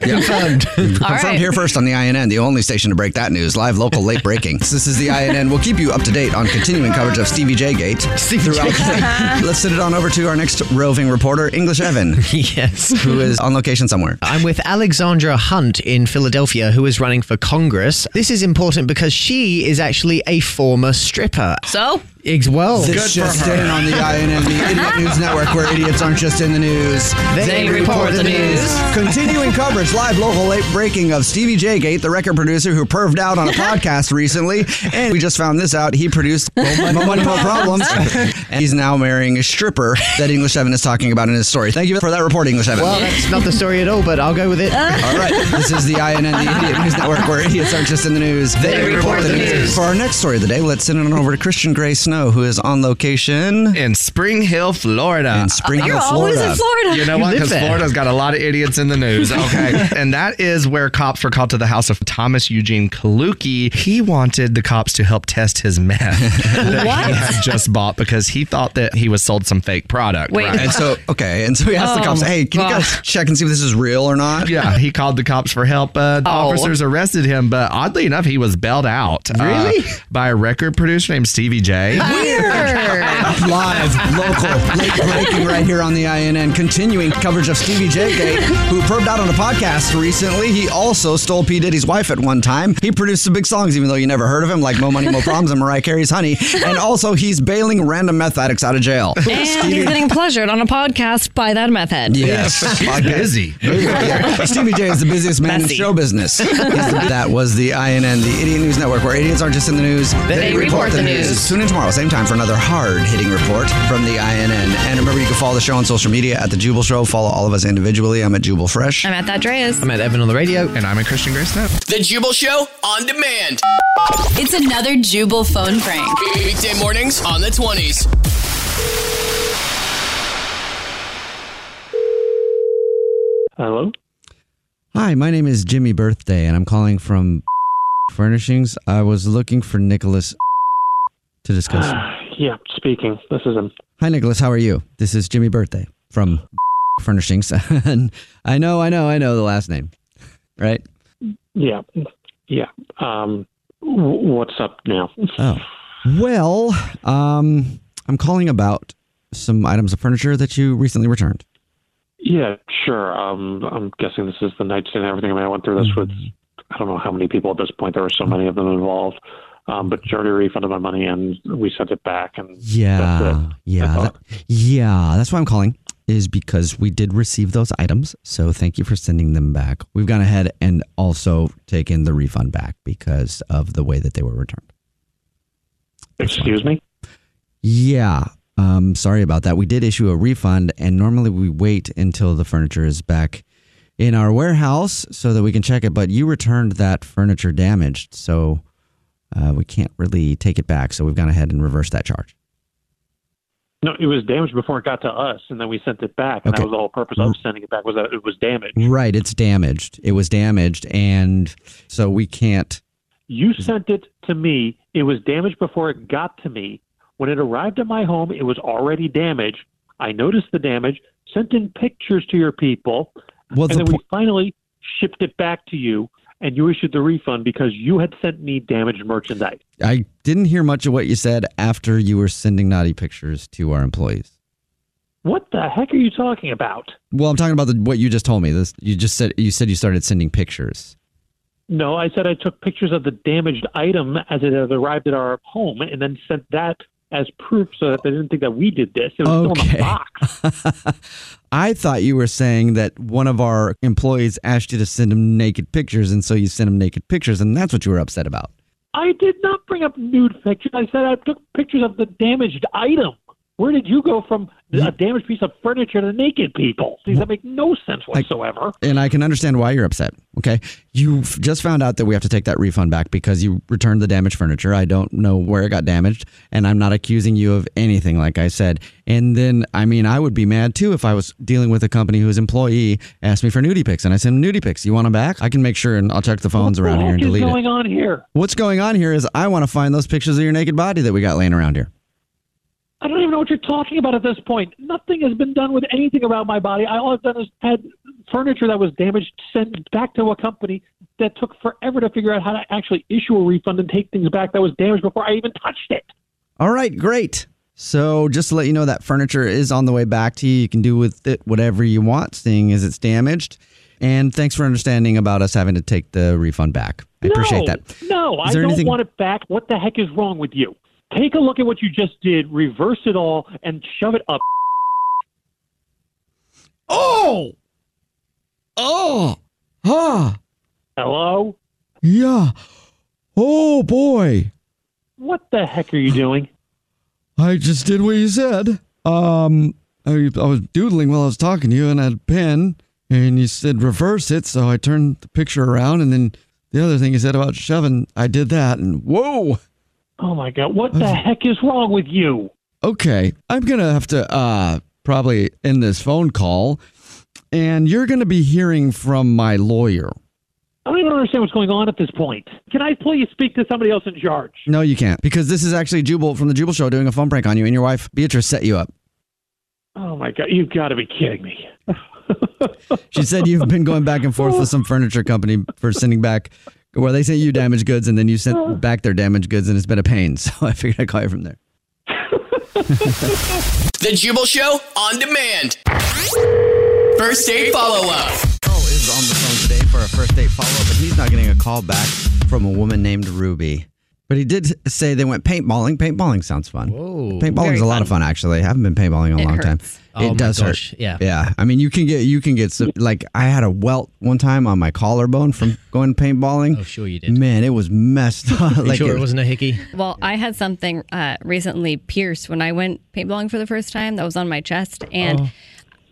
Yeah.
Confirmed.
Confirmed
All right.
here first on the INN, the only station to break that news. Live, local, late breaking. This is the INN. We'll keep you up to date on continuing coverage of Stevie J Gate throughout the day. Let's send it on over to our next roving reporter, English Evan.
yes.
Who is on location somewhere.
I'm with Alexandra Hunt in Philadelphia, who is running for Congress. This is important because she is actually a former stripper.
So?
Ex- well,
This just in on the INN, the Idiot News Network, where idiots aren't just in the news.
They report the news.
Continuing coverage, live, local, late breaking of Stevie J Gate, the record producer who perved out on a podcast recently. And we just found this out. He produced Mo Money, Mo Problems. And he's now marrying a stripper that English Evan is talking about in his story. Thank you for that report, English Evan.
Well, that's not the story at all, but I'll go with it.
All right, this is the INN, the Idiot News Network, where idiots aren't just in the news. They, report, the, news. For our next story of the day, let's send it on over to Christian Gray Snow, who is on location
in Spring Hill, Florida.
Uh, In Spring Hill, Florida.
You know what? Because Florida's got a lot of idiots in the news. Okay. and that is where cops were called to the house of Thomas Eugene Kaluki. He wanted the cops to help test his meth that he
What?
had just bought because he thought that he was sold some fake product.
Wait. And so- okay. And so he asked the cops, "Hey, can you guys check and see if this is real or not?"
Yeah, he called the cops for help. Uh, the officers arrested him, but oddly enough, he was bailed out. uh,
Really?
by a record producer named Stevie J.
Live, local, late breaking right here on the INN. Continuing coverage of Stevie J Gate, who probed out on a podcast recently. He also stole P. Diddy's wife at one time. He produced some big songs, even though you never heard of him, like Mo Money, Mo Problems, and Mariah Carey's Honey. And also, he's bailing random meth addicts out of jail.
And he's getting pleasured on a podcast by that meth head.
Yes. Podcast.
busy.
Yeah. Stevie J is the busiest man
Messy.
in show business. He's the- that was the INN, the Idiot News Network, where idiots aren't just in the news,
They report the news.
Tune in tomorrow, same time, for another hard hitting report from the INN. And remember, you can follow the show on social media at The Jubal Show. Follow all of us individually. I'm at Jubal Fresh.
I'm at that Dreas.
I'm at Evan on the radio.
And I'm at Christian Grace Snow.
The Jubal Show on demand.
It's another Jubal phone prank.
Weekday mornings on the 20s.
Hello.
Hi, my name is Jimmy Birthday, and I'm calling from Furnishings. I was looking for Nicholas to discuss.
yeah, speaking. This is him.
Hi, Nicholas. How are you? This is Jimmy Birthday from
Furnishings. And I know, I know, I know the last name, right?
Yeah. Yeah. Um, w- what's up now?
Oh, well, um, I'm calling about some items of furniture that you recently returned.
Yeah, sure. Um, I'm guessing this is the nightstand and everything. I mean, I went through this with I don't know how many people at this point. There were so many of them involved. Um, but she already refunded my money and we sent it back. And
Yeah, yeah, that- yeah. That's why I'm calling is because we did receive those items. So thank you for sending them back. We've gone ahead and also taken the refund back because of the way that they were returned.
excuse me.
Yeah. Um, sorry about that. We did issue a refund, and normally we wait until the furniture is back in our warehouse so that we can check it. But you returned that furniture damaged, so uh, we can't really take it back. So we've gone ahead and reversed that charge.
No, it was damaged before it got to us, and then we sent it back. And
Okay.
that was the whole purpose of sending it back was that it was damaged.
Right, it's damaged. It was damaged, and so we can't.
You
Mm-hmm.
sent it to me. It was damaged before it got to me. When it arrived at my home, it was already damaged. I noticed the damage, sent in pictures to your people,
Well,
and
the
then we finally shipped it back to you, and you issued the refund because you had sent me damaged merchandise.
I didn't hear much of what you said after you were sending naughty pictures to our employees.
What the heck are you talking about?
Well, I'm talking about the, what you just told me. This you just said you said you started sending pictures.
No, I said I took pictures of the damaged item as it had arrived at our home and then sent that as proof so that they didn't think that we did this. It was still in
Okay.
the box.
I thought you were saying that one of our employees asked you to send him naked pictures, and so you sent him naked pictures, and that's what you were upset about.
I did not bring up nude pictures. I said I took pictures of the damaged item. Where did you go from a damaged piece of furniture to naked people? These that make no sense whatsoever.
And I can understand why you're upset. Okay. You f- just found out that we have to take that refund back because you returned the damaged furniture. I don't know where it got damaged, and I'm not accusing you of anything, like I said. And then, I mean, I would be mad too if I was dealing with a company whose employee asked me for nudie pics and I sent them nudie pics. You want them back? I can make sure and I'll check the phones around here
What
and
is
delete
going
it.
on here?
What's going on here is I want to find those pictures of your naked body that we got laying around here.
I don't even know what you're talking about at this point. Nothing has been done with anything about my body. I, all I've done is had furniture that was damaged sent back to a company that took forever to figure out how to actually issue a refund and take things back that was damaged before I even touched it.
All right, great. So just to let you know that furniture is on the way back to you. You can do with it whatever you want, seeing as it's damaged. And thanks for understanding about us having to take the refund back. I
no,
appreciate that.
No,
Is
I
there
don't
anything-
want it back. What the heck is wrong with you? Take a look at what you just did, reverse it all, and shove it up.
Oh! Oh! Ah!
Hello?
Yeah. Oh boy.
What the heck are you doing?
I just did what you said. Um I, I was doodling while I was talking to you and I had a pen and you said reverse it, so I turned the picture around and then the other thing you said about shoving, I did that and whoa.
Oh my god, what the heck is wrong with you?
okay, I'm gonna have to uh, probably end this phone call, and you're gonna be hearing from my lawyer.
I don't even understand what's going on at this point. Can I please speak to somebody else in charge?
No, you can't, because this is actually Jubal from the Jubal Show doing a phone prank on you, and your wife Beatrice set you up.
Oh my god, you've got to be kidding me.
She said you've been going back and forth with some furniture company for sending back. Well, they sent you damaged goods, and then you sent back their damaged goods, and it's been a pain. So I figured I'd call you from there.
The Jubal Show on demand. First date follow up.
is on the phone today for a first date follow up, but he's not getting a call back from a woman named Ruby. But he did say they went paintballing. Paintballing sounds fun. Whoa. Paintballing's
Very
a lot of fun actually. I haven't been paintballing in a
It
long time.
hurts. Oh my
it does
gosh,
hurt.
yeah.
Yeah. I mean, you can get you can get some, like I had a welt one time on my collarbone from going paintballing. Oh, sure you did. Man, it was messed up.
You sure it wasn't
a hickey?
Well, I had something uh, recently pierced when I went paintballing for the first time that was on my chest. And
Oh.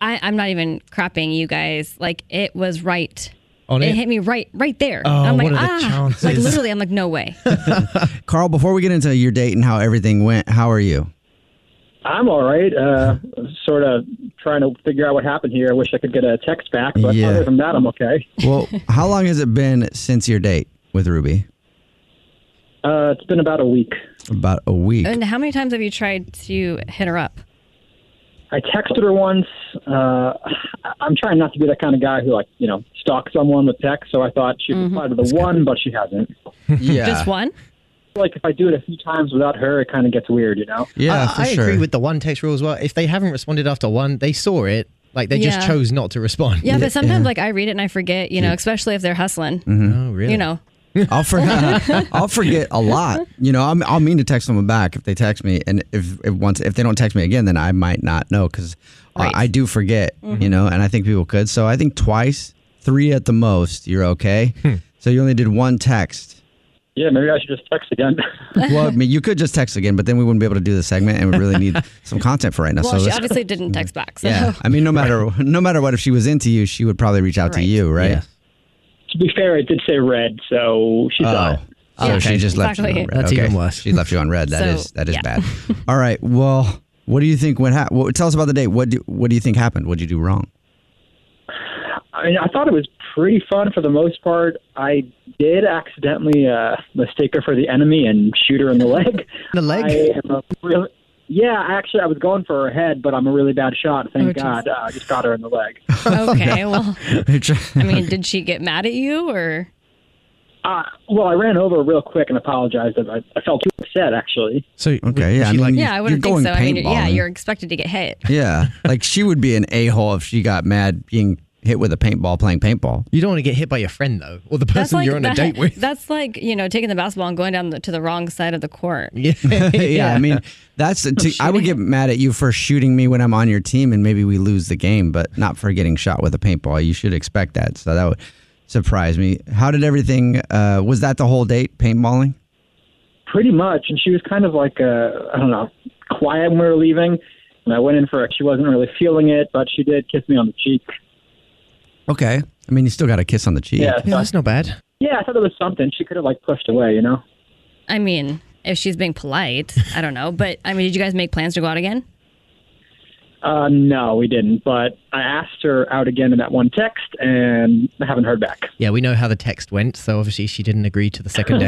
I, I'm not even crapping you guys. Like, it was right.
On it?
hit me right right there.
Oh,
And I'm like,
what are the
ah. Like,
chances?
literally, I'm like, no way.
Carl, before we get into your date and how everything went, how are you?
I'm all right. Uh, sort of trying to figure out what happened here. I wish I could get a text back, but
Yeah.
other than that, I'm okay.
Well, how long has it been since your date with Ruby?
Uh, it's been about a week.
About a week.
And how many times have you tried to hit her up?
I texted her once. Uh, I- I'm trying not to be that kind of guy who like you know stalks someone with text. So I thought she'd reply to the one, but she hasn't.
Yeah.
Just one?
Like if I do it a few times without her, it kind of gets weird, you know.
I, Uh, I agree with the one text rule as well. If they haven't responded after one, they saw it. Like they
Yeah.
just chose not to respond.
Yeah, but sometimes like I read it and I forget, you know, especially if they're hustling.
Oh, really?
You know.
I'll forget. I'll forget a lot. You know, I'm, I'll mean to text someone back if they text me, and if, if once if they don't text me again, then I might not know because
Right.
I, do forget.
Mhm.
You know, and I think people could. So I think twice, three at the most, you're okay. So you only did one text.
Yeah, maybe I should just text again.
Well, I mean, you could just text again, but then we wouldn't be able to do the segment, and we really need some content for right now.
Well,
so
she
let's-
obviously didn't text back. So
yeah, I mean, no matter no matter what, if she was into you, she would probably reach out to you, right?
to be fair, it did say red, so she's
Oh. So
Yeah,
she just left you
exactly.
on red.
That's
Okay.
even worse.
She left you on red. That
So,
is that is
yeah.
bad. All right. Well, what do you think went hap- what tell us about the date. What do what do you think happened? What did you do wrong?
I mean, I thought it was pretty fun for the most part. I did accidentally uh, mistake her for the enemy and shoot her in the leg.
The leg?
I am a really, yeah, actually, I was going for her head, but I'm a really bad shot. Thank
Oh, geez.
God. Uh, I just got her in the leg.
okay, well, I
I
mean, did she get mad at you or
Uh, well, I ran over real quick and apologized. I, I felt too upset, actually.
So
okay, yeah. I mean,
Yeah, I
you're
wouldn't think
going
so. I mean, yeah,
paintballing.
you're expected to get hit.
yeah. Like she would be an a hole if she got mad being hit with a paintball playing paintball.
You don't want to get hit by your friend though, or the person you're on a
that-
date with.
That's like, you know, taking the basketball and going down the, to the wrong side of the court.
Yeah.
yeah, I mean, that's to, I would get mad at you for shooting me when I'm on your team, and maybe we lose the game, but not for getting shot with a paintball. You should expect that. So that would surprise me. How did everything? Uh, was that the whole date paintballing?
Pretty much. And she was kind of like, uh, I don't know, quiet when we were leaving. And I went in for it. She wasn't really feeling it, but she did kiss me on the cheek.
Okay. I mean, you still got a kiss on the cheek.
Yeah, Yeah, that's
not bad.
Yeah, I thought it was something. She could have, like, pushed away, you know?
I mean, if she's being polite, I don't know. But I mean, did you guys make plans to go out again?
Uh, no, we didn't. But I asked her out again in that one text, and I haven't heard back.
Yeah, we know how the text went, so obviously she didn't agree to the second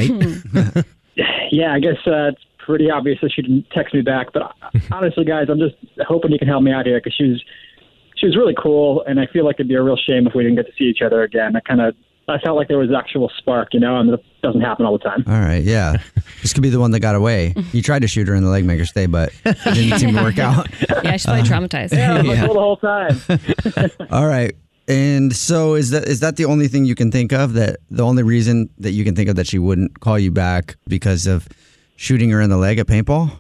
date.
Yeah, I guess uh, it's pretty obvious that she didn't text me back. But I- honestly, guys, I'm just hoping you can help me out here because she was she was really cool, and I feel like it'd be a real shame if we didn't get to see each other again. I kind of I felt like there was actual spark, you know, and that doesn't happen all the time.
All right. Yeah. This could be the one that got away. You tried to shoot her in the leg, make her stay, but it didn't seem to work out.
Yeah, she's probably traumatized.
Yeah, I was
Yeah.
cool the whole time.
All right. And so is that is that the only thing you can think of that the only reason that you can think of that she wouldn't call you back because of shooting her in the leg at paintball?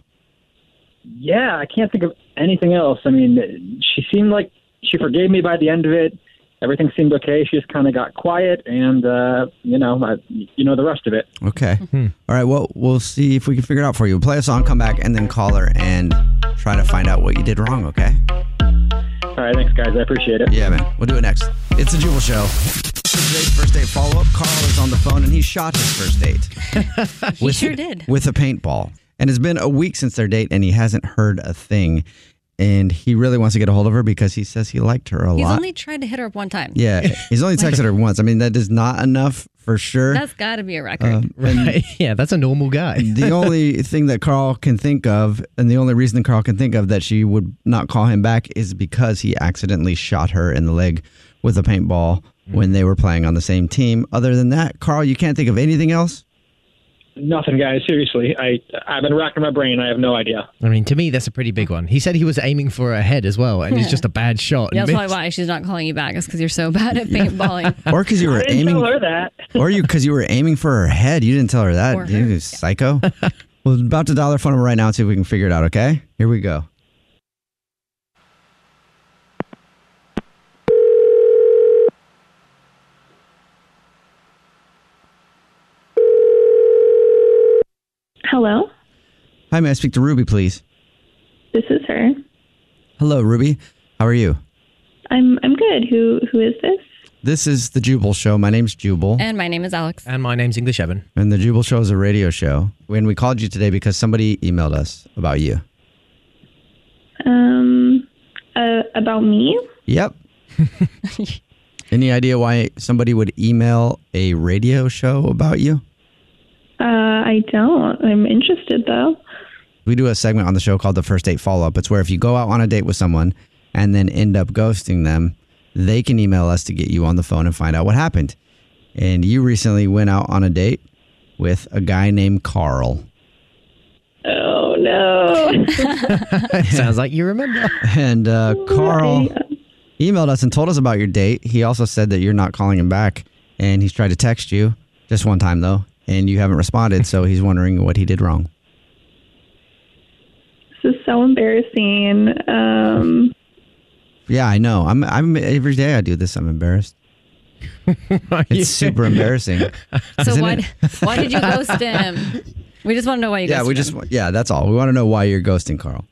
Yeah, I can't think of anything else. I mean, she seemed like she forgave me by the end of it. Everything seemed okay. She just kind of got quiet, and uh, you know, I, you know the rest of it.
Okay. All right. Well, we'll see if we can figure it out for you. Play a song, come back, and then call her and try to find out what you did wrong. Okay.
All right, thanks, guys. I appreciate it.
Yeah, man. We'll do it next. It's a Jubal Show. For Today's first date follow up. Carl is on the phone and he shot his first date.
He sure did.
With a paintball. And it's been a week since their date and he hasn't heard a thing. And he really wants to get a hold of her because he says he liked her a
He's
lot.
only tried to hit her up one time.
yeah, he's only texted her once. I mean, that is not enough for sure.
That's got to be a record.
Um, yeah, that's a normal guy. the only thing that Carl can think of, and the only reason Carl can think of that she would not call him back is because he accidentally shot her in the leg with a paintball when they were playing on the same team. Other than that, Carl, you can't think of anything else?
Nothing, guys. Seriously, I I've been racking my brain. I have no idea.
I mean, to me, that's a pretty big one. He said he was aiming for her head as well, and it's just a bad shot. and
Yeah, that's probably
missed.
why she's not calling you back. Is because you're so bad at paintballing.
Or because you were aiming or you because you were aiming for her head. You didn't tell her that.
Or
you psycho. well, about to dollar phone him right now and see if we can figure it out. Okay, here we go.
Hello,
Hi, may I speak to Ruby, please?
this is her.
Hello, Ruby. How are you?
I'm I'm good. Who who is this?
This is the Jubal Show. My name's Jubal.
and my name is Alex.
And my name's English Evan. And the Jubal Show is a radio show. And we called you today because somebody emailed us about you.
Um, uh, about me?
Yep. Any idea why somebody would email a radio show about you?
Uh, I don't. I'm interested though.
We do a segment on the show called the first date follow up. It's where if you go out on a date with someone and then end up ghosting them, they can email us to get you on the phone and find out what happened. And you recently went out on a date with a guy named Carl.
Oh no.
Sounds like you remember. And uh,
Oh,
Carl emailed us and told us about your date. He also said that you're not calling him back, and he's tried to text you just one time though, and you haven't responded. So he's wondering what he did wrong.
This is so embarrassing. Um,
Yeah, I know. I'm. I'm every day I do this. I'm embarrassed. it's super embarrassing.
So
Isn't
why,
it?
why did you ghost him? We just want to know why you
Yeah,
ghosted him.
we just. Yeah, that's all. We want to know why you're ghosting Carl.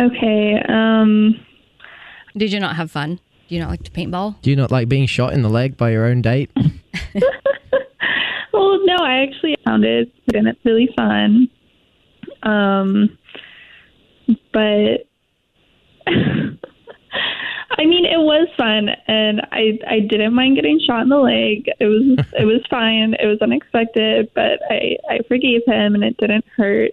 Okay. Um, Did you not have fun? Do you not like to paintball?
Do you not like being shot in the leg by your own date?
well, no, I actually found it and it's really fun. Um, but I mean, it was fun, and I I didn't mind getting shot in the leg. It was it was fine. It was unexpected, but I I forgave him, and it didn't hurt.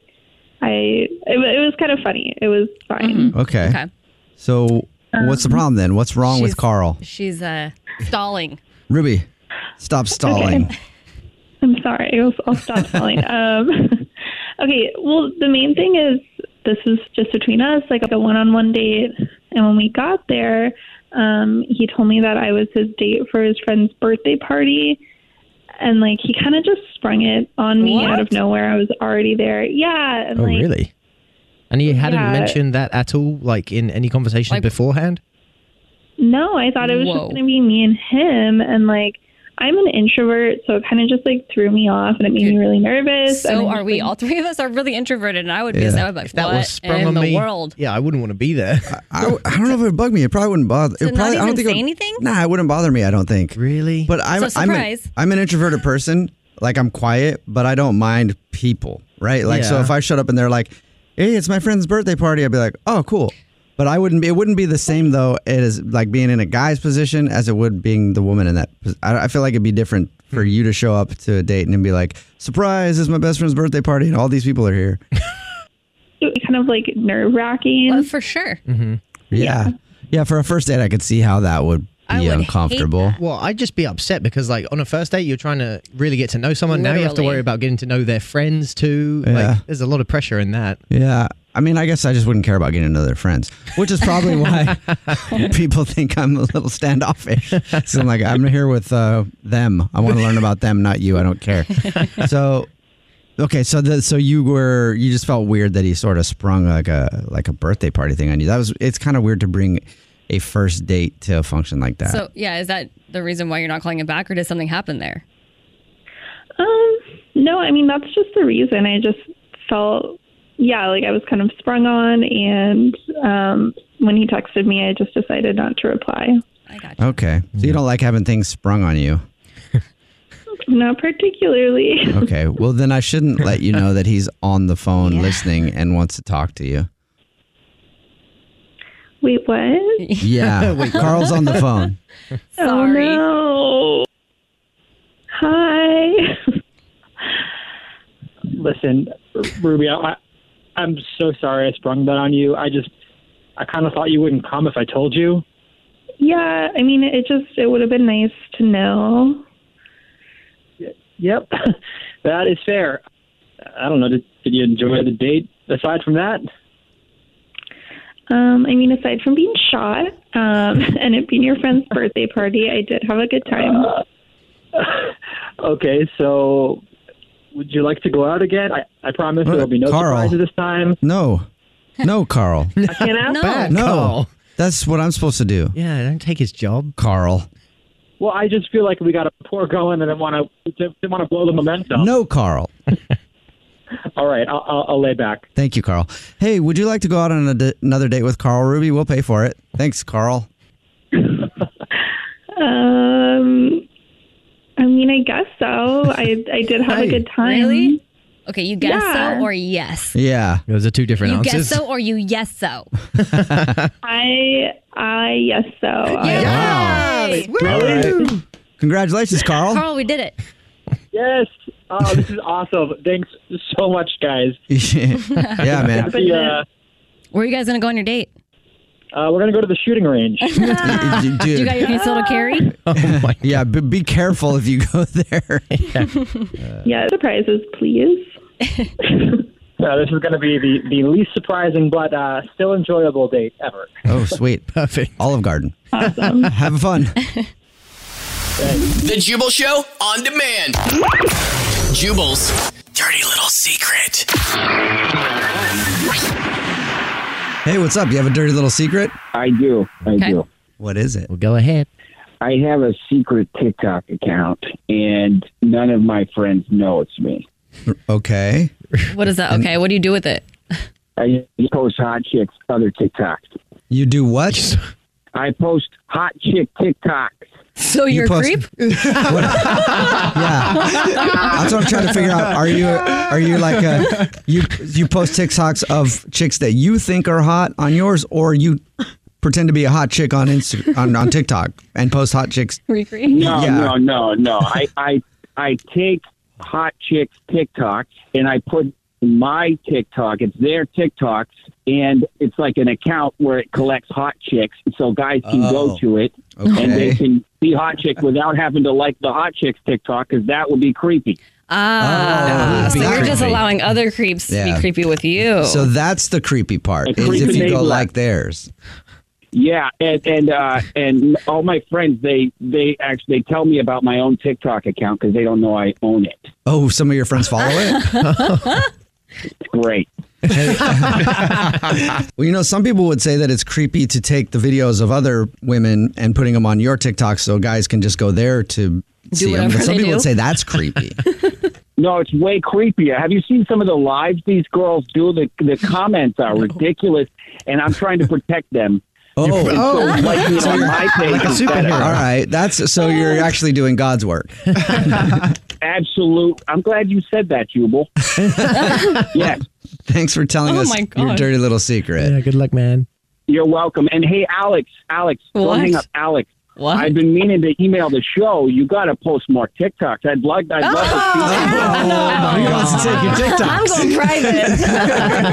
I it, wa- it was kind of funny. It was fine.
Okay.
Mm-hmm. Okay.
So what's the
Um,
problem then? What's wrong with
she's-
Carl?
She's uh, stalling.
Ruby, stop stalling.
I'm sorry. I'll, I'll stop telling. um, okay. Well, the main thing is this is just between us, like a one-on-one date. And when we got there, um, he told me that I was his date for his friend's birthday party, and like he kind of just sprung it on me out of
What?
nowhere. I was already there. Yeah. And,
oh,
like,
really? And you hadn't
Yeah.
mentioned that at all, like in any conversation beforehand?
No, I thought it was
Whoa.
just going to be me and him, and like. I'm an introvert, so it kind of just like threw me off, and it made me really nervous. and I'm
So are
just,
we?
like-
All three of us are really introverted, and I would be.
Yeah.
So I'm like,
If that
what
was sprung
in
on
the
me-
world?
Yeah, I wouldn't want to be there.
I, I don't know if it would bug me. It probably wouldn't bother.
Does it not
probably, I
even
don't think it
say
would-
anything?
Nah, it wouldn't bother me. I don't think. Really? But I'm
So
I'm, an,
surprise.
I'm an introverted person. Like I'm quiet, but I don't mind people. Right? Like so,
Yeah.
if I showed up and they're like, "Hey, it's my friend's birthday party," I'd be like, "Oh, cool." But I wouldn't. Be, it wouldn't be the same though. It is like being in a guy's position as it would being the woman in that. pos- I, I feel like it'd be different for you to show up to a date and then be like, "Surprise! It's my best friend's birthday party, and all these people are here."
it was kind of like nerve wracking. Well,
for sure.
Mm-hmm. Yeah. yeah. for a first date, I could see how that would be uncomfortable.
Well, I'd just be upset because, like, on a first date, you're trying to really get to know someone. Now you have to
Literally.
worry about getting to know their friends too.
Yeah.
Like, there's a lot of pressure in that.
Yeah. I mean, I guess I just wouldn't care about getting to know their friends, which is probably why people think I'm a little standoffish. So I'm like, I'm here with uh, them. I want to learn about them, not you. I don't care. So, okay, so the, so you were you just felt weird that he sort of sprung like a like a birthday party thing on you. That was it's kind of weird to bring a first date to a function like that.
So yeah, is that the reason why you're not calling him back, or did something happen there?
Um, no, I mean that's just the reason. I just felt yeah, like I was kind of sprung on and um when he texted me I just decided not to reply.
okay, so you don't like having things sprung on you.
Not particularly.
Okay. Well, then I shouldn't let you know that he's on the phone listening and wants to talk to you.
Wait, what?
Yeah. Carl's on the phone.
Sorry. Oh, no. Hi.
Listen, Ruby, I, I- I'm so sorry I sprung that on you. I just, I kind of thought you wouldn't come if I told you.
Yeah, I mean it just it would have been nice to know.
Yep, that is fair. I don't know. Did, did you enjoy the date? Aside from that,
Um, I mean aside from being shot, um and it being your friend's birthday party, I did have a good time.
okay. So, would you like to go out again? I, I promise there will be no
Carl.
surprises this time.
No. No, Carl.
I can't ask. that.
no. That's what I'm supposed to do.
Yeah, don't take his job.
Carl.
Well, I just feel like we got a pour going, and I want to didn't want to blow the momentum.
No, Carl.
All right, I'll, I'll, I'll lay back.
Thank you, Carl. Hey, would you like to go out on a d- another date with Carl Ruby? We'll pay for it. Thanks, Carl.
Um, I mean, I guess so. I I did have a good time.
Really? Okay, you guess
Yeah.
so or yes.
Yeah.
Those are two different
You guess
answers.
so or you yes so.
I I yes so. I-
Wow. All right. Congratulations, Carl.
Carl, we did it.
Yes. Oh, this is awesome. Thanks so much, guys.
yeah, man.
Happy, uh,
Where are you guys going to go on your date?
uh, we're gonna go to the shooting range.
Dude.
Do you got your concealed carry?
Oh yeah, but be careful if you go there.
yeah, surprises, please.
No, this is going to be the, the least surprising but uh, still enjoyable date ever.
Oh, sweet. Perfect. Olive Garden. Awesome. Have fun.
The Jubal Show on demand. Jubal's dirty little secret.
Hey, what's up? You have a dirty little secret?
I do. I
Okay.
do.
What is it?
Well, go ahead. I have a secret TikTok account, and none of my friends know it's me.
Okay.
What is that? Okay, what do you do with it?
I just post hot chicks, other TikToks.
You do what?
I post hot chick TikToks.
So
You
you're
post-
a creep?
That's what I'm trying to figure out. Are you are you like a, you you post TikToks of chicks that you think are hot on yours, or you pretend to be a hot chick on Insta on, on TikTok and post hot chicks?
Recreate?
No,
Yeah.
no, no, no. I, I, I take hot chicks TikToks and I put my TikTok. It's their TikToks, and it's like an account where it collects hot chicks, so guys can
Oh,
go to it and
okay.
they can see hot chick without having to like the hot chicks TikTok because that would be creepy.
Ah,
Oh,
so you're just
creepy.
allowing other creeps to be
Yeah.
creepy with you.
So that's the creepy part.
A
Is if
creepy
you go
neighbor.
like theirs.
Yeah, and and uh, and all my friends they they actually they tell me about my own TikTok account because they don't know I own it.
Oh, some of your friends follow it.
Great.
Well, you know, some people would say that it's creepy to take the videos of other women and putting them on your TikTok so guys can just go there to see them.
whatever
But some
they
people
do.
would say that's creepy.
No, it's way creepier. Have you seen some of the lives these girls do? The the comments are ridiculous, and I'm trying to protect them.
Oh,
It's like, you
So
know,
you're-
my page
like a
is better. Oh.
superhero. All right, that's so you're actually doing God's work.
Absolute. I'm glad you said that, Jubal. yes,
Thanks for telling
Oh
us
my
your
God.
dirty little secret.
Yeah, good luck, man.
you're welcome. And hey, Alex, Alex,
What?
don't hang up, Alex. I've been meaning to email the show. You got to post more TikToks. I'd like, I'd love
Oh,
to see.
Oh, my Who wants to take your God. TikToks? I'm going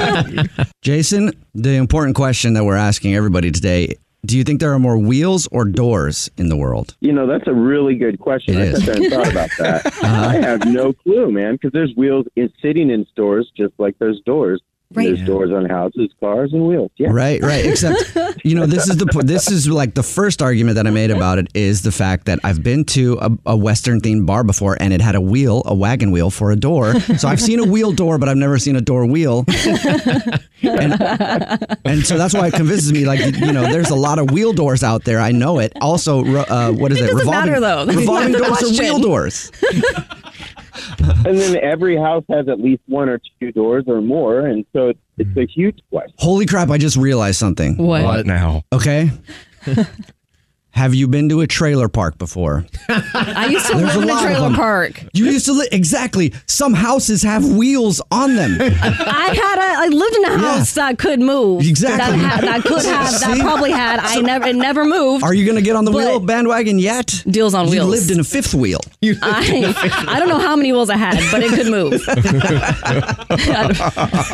Jason, the important question that we're asking everybody today: Do you think there are more wheels or doors in the world?
You know, that's a really good question.
It
I
is. Uh-huh.
sat there and thought about that. I have no clue, man, because there's wheels in sitting in stores just like there's doors. And There's doors on houses, cars, and wheels. Yeah.
Right, right. Except, you know, this is the po- this is like the first argument that I made about it is the fact that I've been to a, a Western themed bar before and it had a wheel, a wagon wheel for a door. So I've seen a wheel door, but I've never seen a door wheel. And, and so that's why it convinces me, like you know, there's a lot of wheel doors out there. I know it. Also, ro- uh, what is it?
doesn't
revolving
matter, though. That's
revolving
not the
doors are
question.
wheel doors.
and then every house has at least one or two doors or more, and so it's, it's a huge question.
Holy crap! I just realized something.
What? What
now? Okay. Have you been to a trailer park before?
I used to
There's
live in a
lot of
trailer
them.
park.
You used to live exactly. Some houses have wheels on them.
I had a, I lived in a house that could move.
Exactly.
That, ha- that could have. That
See?
probably had. I never. It never moved.
Are you going to get on the
But
wheel bandwagon yet?
Deals on
You
wheels.
lived in a fifth wheel.
I, I don't know how many wheels I had, but it could move.
Oh.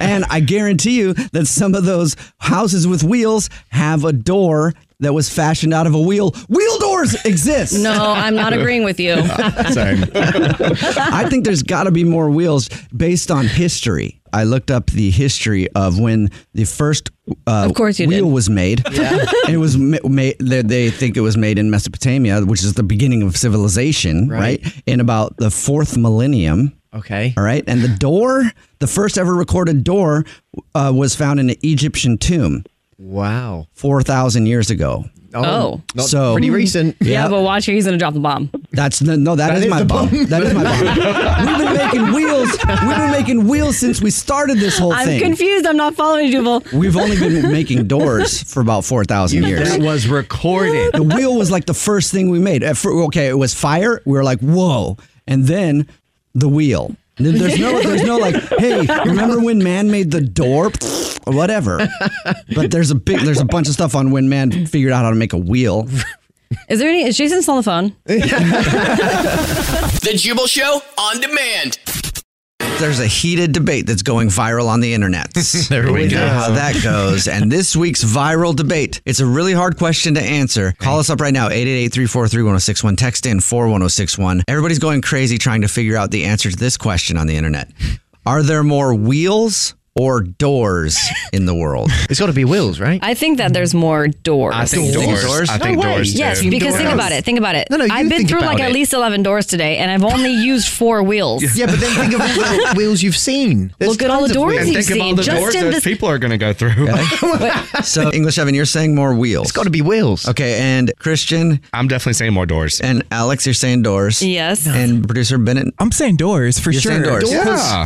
and I guarantee you that some of those houses with wheels have a door that was fashioned out of a wheel. Wheel doors exist.
No, I'm not agreeing with you.
I think there's got to be more wheels based on history. I looked up the history of when the first uh,
Of course you
wheel
did.
was made.
Yeah.
And it was ma- made. They, they think it was made in Mesopotamia, which is the beginning of civilization, right?
Right.
In about the fourth millennium.
Okay.
All right. And the door, the first ever recorded door, uh, was found in an Egyptian tomb.
Wow.
Four thousand years ago.
Oh. Not
so
pretty recent. Yeah,
Yeah,
but watch, he's gonna drop the bomb.
that's no. that is, my bomb. That is my bomb. We've been making wheels. We've been making wheels since we started this whole
I'm
thing.
confused. I'm not following you, Jubal.
We've only been making doors for about 4,000 years.
that
was recorded. The wheel was like the first thing we made. At fir- okay, it was fire. We were like, whoa. And then the wheel. Th- There's no, there's no like, hey, remember when man made the door? Or whatever. But there's a big, there's a bunch of stuff on when man figured out how to make a wheel.
Is there any? Is Jason still on the phone?
The Jubal Show on demand.
There's a heated debate that's going viral on the internet. there
we go.
know how that goes. And this week's viral debate, it's a really hard question to answer. Call us up right now, 888-343-1061. Text in 41061. Everybody's going crazy trying to figure out the answer to this question on the internet. Are there more wheels or doors in the world? It's got to be wheels, right?
I think that there's more doors.
I think doors. Doors? I think doors, too.
Yes, because think
Doors.
about it. Think about it.
No, no, you
I've been
think
through
about
like at
it.
least eleven doors today, and I've only used four wheels.
Yeah, but then think of all the wheels you've seen.
Look at all the doors
and
you've
think of all
seen.
the
Just
doors
in
those
this-
people are going to go through.
so English Evan, you're saying more wheels. It's got to be wheels. Okay, and Christian,
I'm definitely saying more doors.
And Alex, you're saying doors.
Yes.
And producer Bennett,
I'm saying doors for
you're
sure.
saying doors.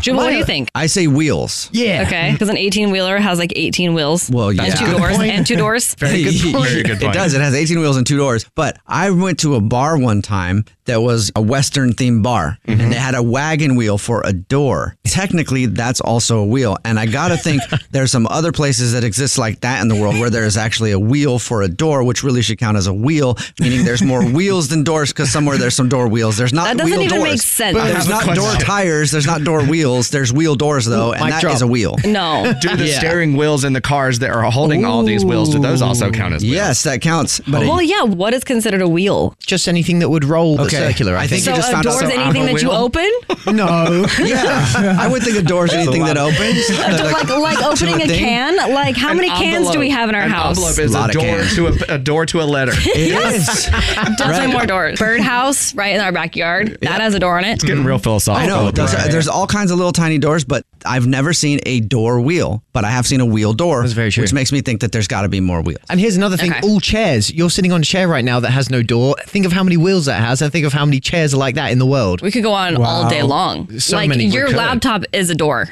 Jubal, what do you think?
I say wheels.
Yeah. Okay. Because an 18 wheeler has like 18 wheels.
Well, yeah.
And two
Good
doors.
point.
And two doors.
It does. It has 18 wheels and two doors. But I went to a bar one time that was a Western themed bar,
Mm-hmm.
and they had a wagon wheel for a door. Technically, that's also a wheel. And I got to think there's some other places that exist like that in the world where there is actually a wheel for a door, which really should count as a wheel, meaning there's more wheels than doors because somewhere there's some door wheels. There's not
That doesn't
wheel
even
doors.
make sense. But I have
There's
a
not
question.
door tires. There's not door wheels. There's wheel doors, though, and
Mic
that is
drop.
a wheel.
No.
Do the
Yeah.
steering wheels in the cars that are holding all these wheels, do those also count as wheels?
Yes, that counts. But
Well, yeah. What is considered a wheel? uh,
Just anything that would roll
Okay.
that's circular. I,
I think
think
you So just a found out-
Doors,
So I'm
anything
a
that you
wheel?
open?
No.
yeah, I would think of doors anything that opens.
like, like opening a can? Like, how many cans do we have in our
An
house?
Envelope is a,
Lot of
door
cans.
to a, a door to a letter.
yes. Definitely
Right.
more doors. Birdhouse right in our backyard. That has a door on it.
It's getting real
I
philosophical.
know.
with
there's-
this.
There's all kinds of little tiny doors, but I've never seen a door wheel, but I have seen a wheel door. That's very true. Which makes me think that there's got to be more wheels.
And here's another thing: all chairs. You're sitting on a chair right now that has no door. Think of how many wheels that has, and think of how many chairs are like that in the world.
We could go on all day
Wow.
long.
So
like,
many.
your
We could.
laptop is a door.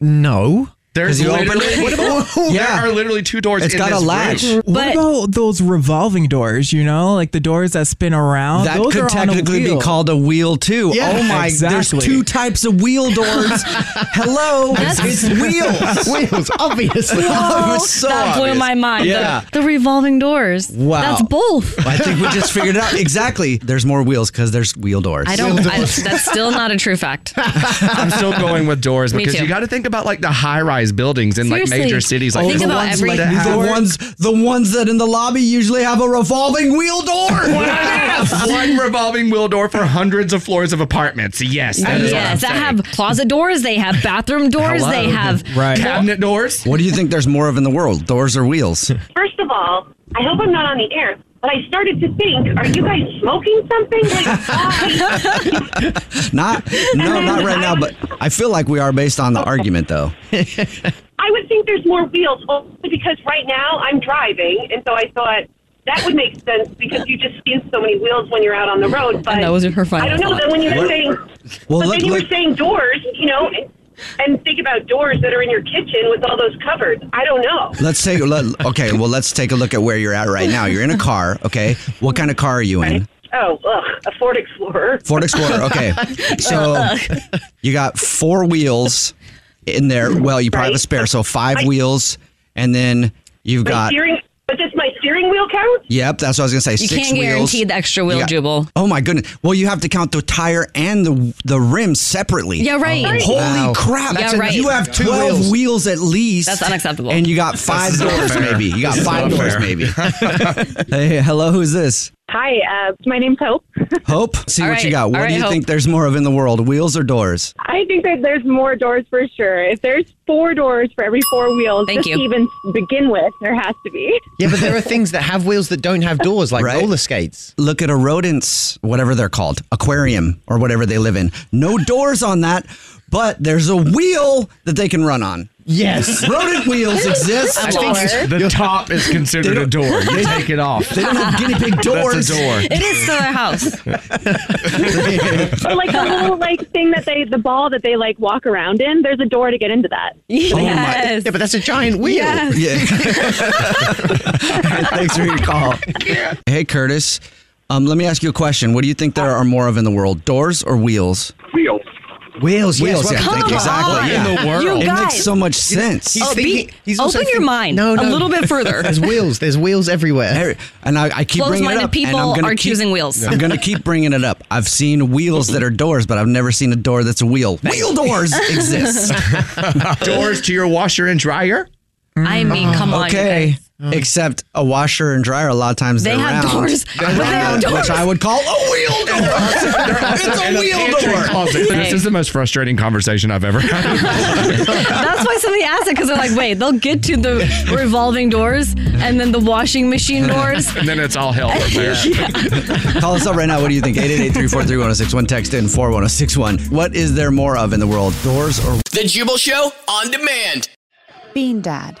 No.
'Cause
There's
you
literally,
open it.
what about-
Yeah.
there are literally two doors in this room.
What about those revolving doors? You know, like the doors that spin around.
That
those
could
are
technically
on a
be
wheel.
called a wheel too.
Yeah.
oh my!
Exactly.
There's two types of wheel doors. Hello, oh, it's wheels.
wheels, obviously.
Whoa, It was so
that blew
obvious.
my mind. The-
Yeah.
The, revolving doors.
Wow.
That's both.
I think we just figured it out. Exactly. There's more wheels because there's wheel doors.
I don't. I, that's still not a true fact.
I'm still going with doors
Me
because
too.
you got to think about like the high-rise buildings in like
Seriously.
major cities. Like
Think
Oh, the
about
ones
every-
that have-
the ones the ones that in the lobby usually have a revolving wheel door.
one revolving wheel door for hundreds of floors of apartments. Yes, that is what I'm
yes, that
saying.
have closet doors. They have bathroom doors. They have.
cabinet doors.
What do you think there's more of in the world, doors or wheels?
First of all, I hope I'm not on the air, but I started to think, are you guys smoking something? Like, why?
Not no, not right now, but I feel like we are based on the argument though.
I would think there's more wheels only because right now I'm driving, and so I thought that would make sense because you just see so many wheels when you're out on the road. But
And that was her final
I don't know.
thought.
Then when you were
What-
saying,
well,
but
look-
then you
look-
were saying doors, you know, and, and think about doors that are in your kitchen with all those cupboards. I don't know.
Let's take let, okay, well let's take a look at where you're at right now. You're in a car, okay? What kind of car are you in?
Oh, ugh, a Ford Explorer. Uh,
Ford Explorer, okay. So you got four wheels in there. Well, you probably have a spare, so five wheels and then you've
my
got
steering, but does my steering wheel count?
Yep, that's what I was gonna say.
You
Six
can't
wheels.
guarantee the extra wheel
You got-
jubal.
Oh my goodness! Well, you have to count the tire and the the rim separately. Oh,
Yeah, right. Right.
Holy
Wow.
crap!
Yeah,
That's a-
right.
You have
Two
twelve
wheels.
wheels. at least.
That's unacceptable.
And you got five
This is not
doors,
fair.
maybe. You got
This is
five
not
doors,
fair.
maybe. hey, hello. Who's this?
Hi, uh, my name's Hope.
Hope. See
All
what you
right.
got. What
All
do
right,
you
Hope.
think there's more of in the world, wheels or doors?
I think that there's more doors for sure. If there's four doors for every four wheels,
Thank
just
you.
to even begin with, there has to be.
Yeah, but there are things that have wheels that don't have doors, like roller skates.
Look at a rodent's, whatever they're called, aquarium or whatever they live in. No doors on that, but there's a wheel that they can run on.
Yes.
rodent wheels exist.
I think the top is considered a door. You take it off.
They don't have guinea pig doors.
That's a door.
It is still our house.
or like the whole like thing that they, the ball that they like walk around in. There's a door to get into that.
Yes. Yeah, but that's a giant wheel.
Yes.
Yeah. Thanks for your call. Hey, Curtis. Um, let me ask you a question. What do you think there are more of in the world, doors or wheels?
Wheels.
Wheels,
yes,
wheels,
what
yeah,
I'm
thinking.
Come
exactly.
on.
yeah.
In the world. You
It
guys-
makes so much sense.
He's Oh, be- thinking- he's also
open your
thinking-
mind a little bit further.
There's wheels. There's wheels everywhere.
and I, I keep bringing it
Closed-minded
up. and
people
I'm gonna
are
keep-
choosing wheels.
I'm gonna keep bringing it up. I've seen wheels that are doors, but I've never seen a door that's a wheel. Wheel doors exist.
Doors to your washer and dryer.
I mean, come on, you
Okay. Except a washer and dryer, a lot of times
They
they're
have
round.
doors.
They're
But they have
round,
doors.
Which I would call a wheel door. it's a wheel door.
This is the most frustrating conversation I've ever had.
That's why somebody asked it because they're like, wait, they'll get to the revolving doors and then the washing machine doors.
and then it's all hell up there.
Call us up right now. What do you think? 888-343-1061. Text in 41061. What is there more of in the world, doors or
The Jubal Show on demand.
Bean Dad,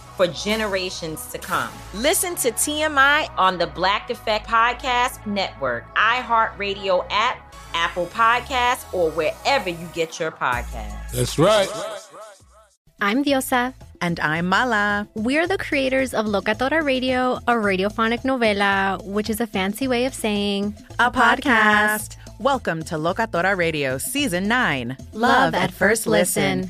for generations to come. Listen to TMI on the Black Effect Podcast Network, iHeartRadio app, Apple Podcasts, or wherever you get your podcasts.
That's right.
I'm Diosa. And I'm Mala. We're the creators of Locatora Radio, a radiophonic novela, which is a fancy way of saying
a podcast. Welcome to Locatora Radio Season 9
Love at First Listen.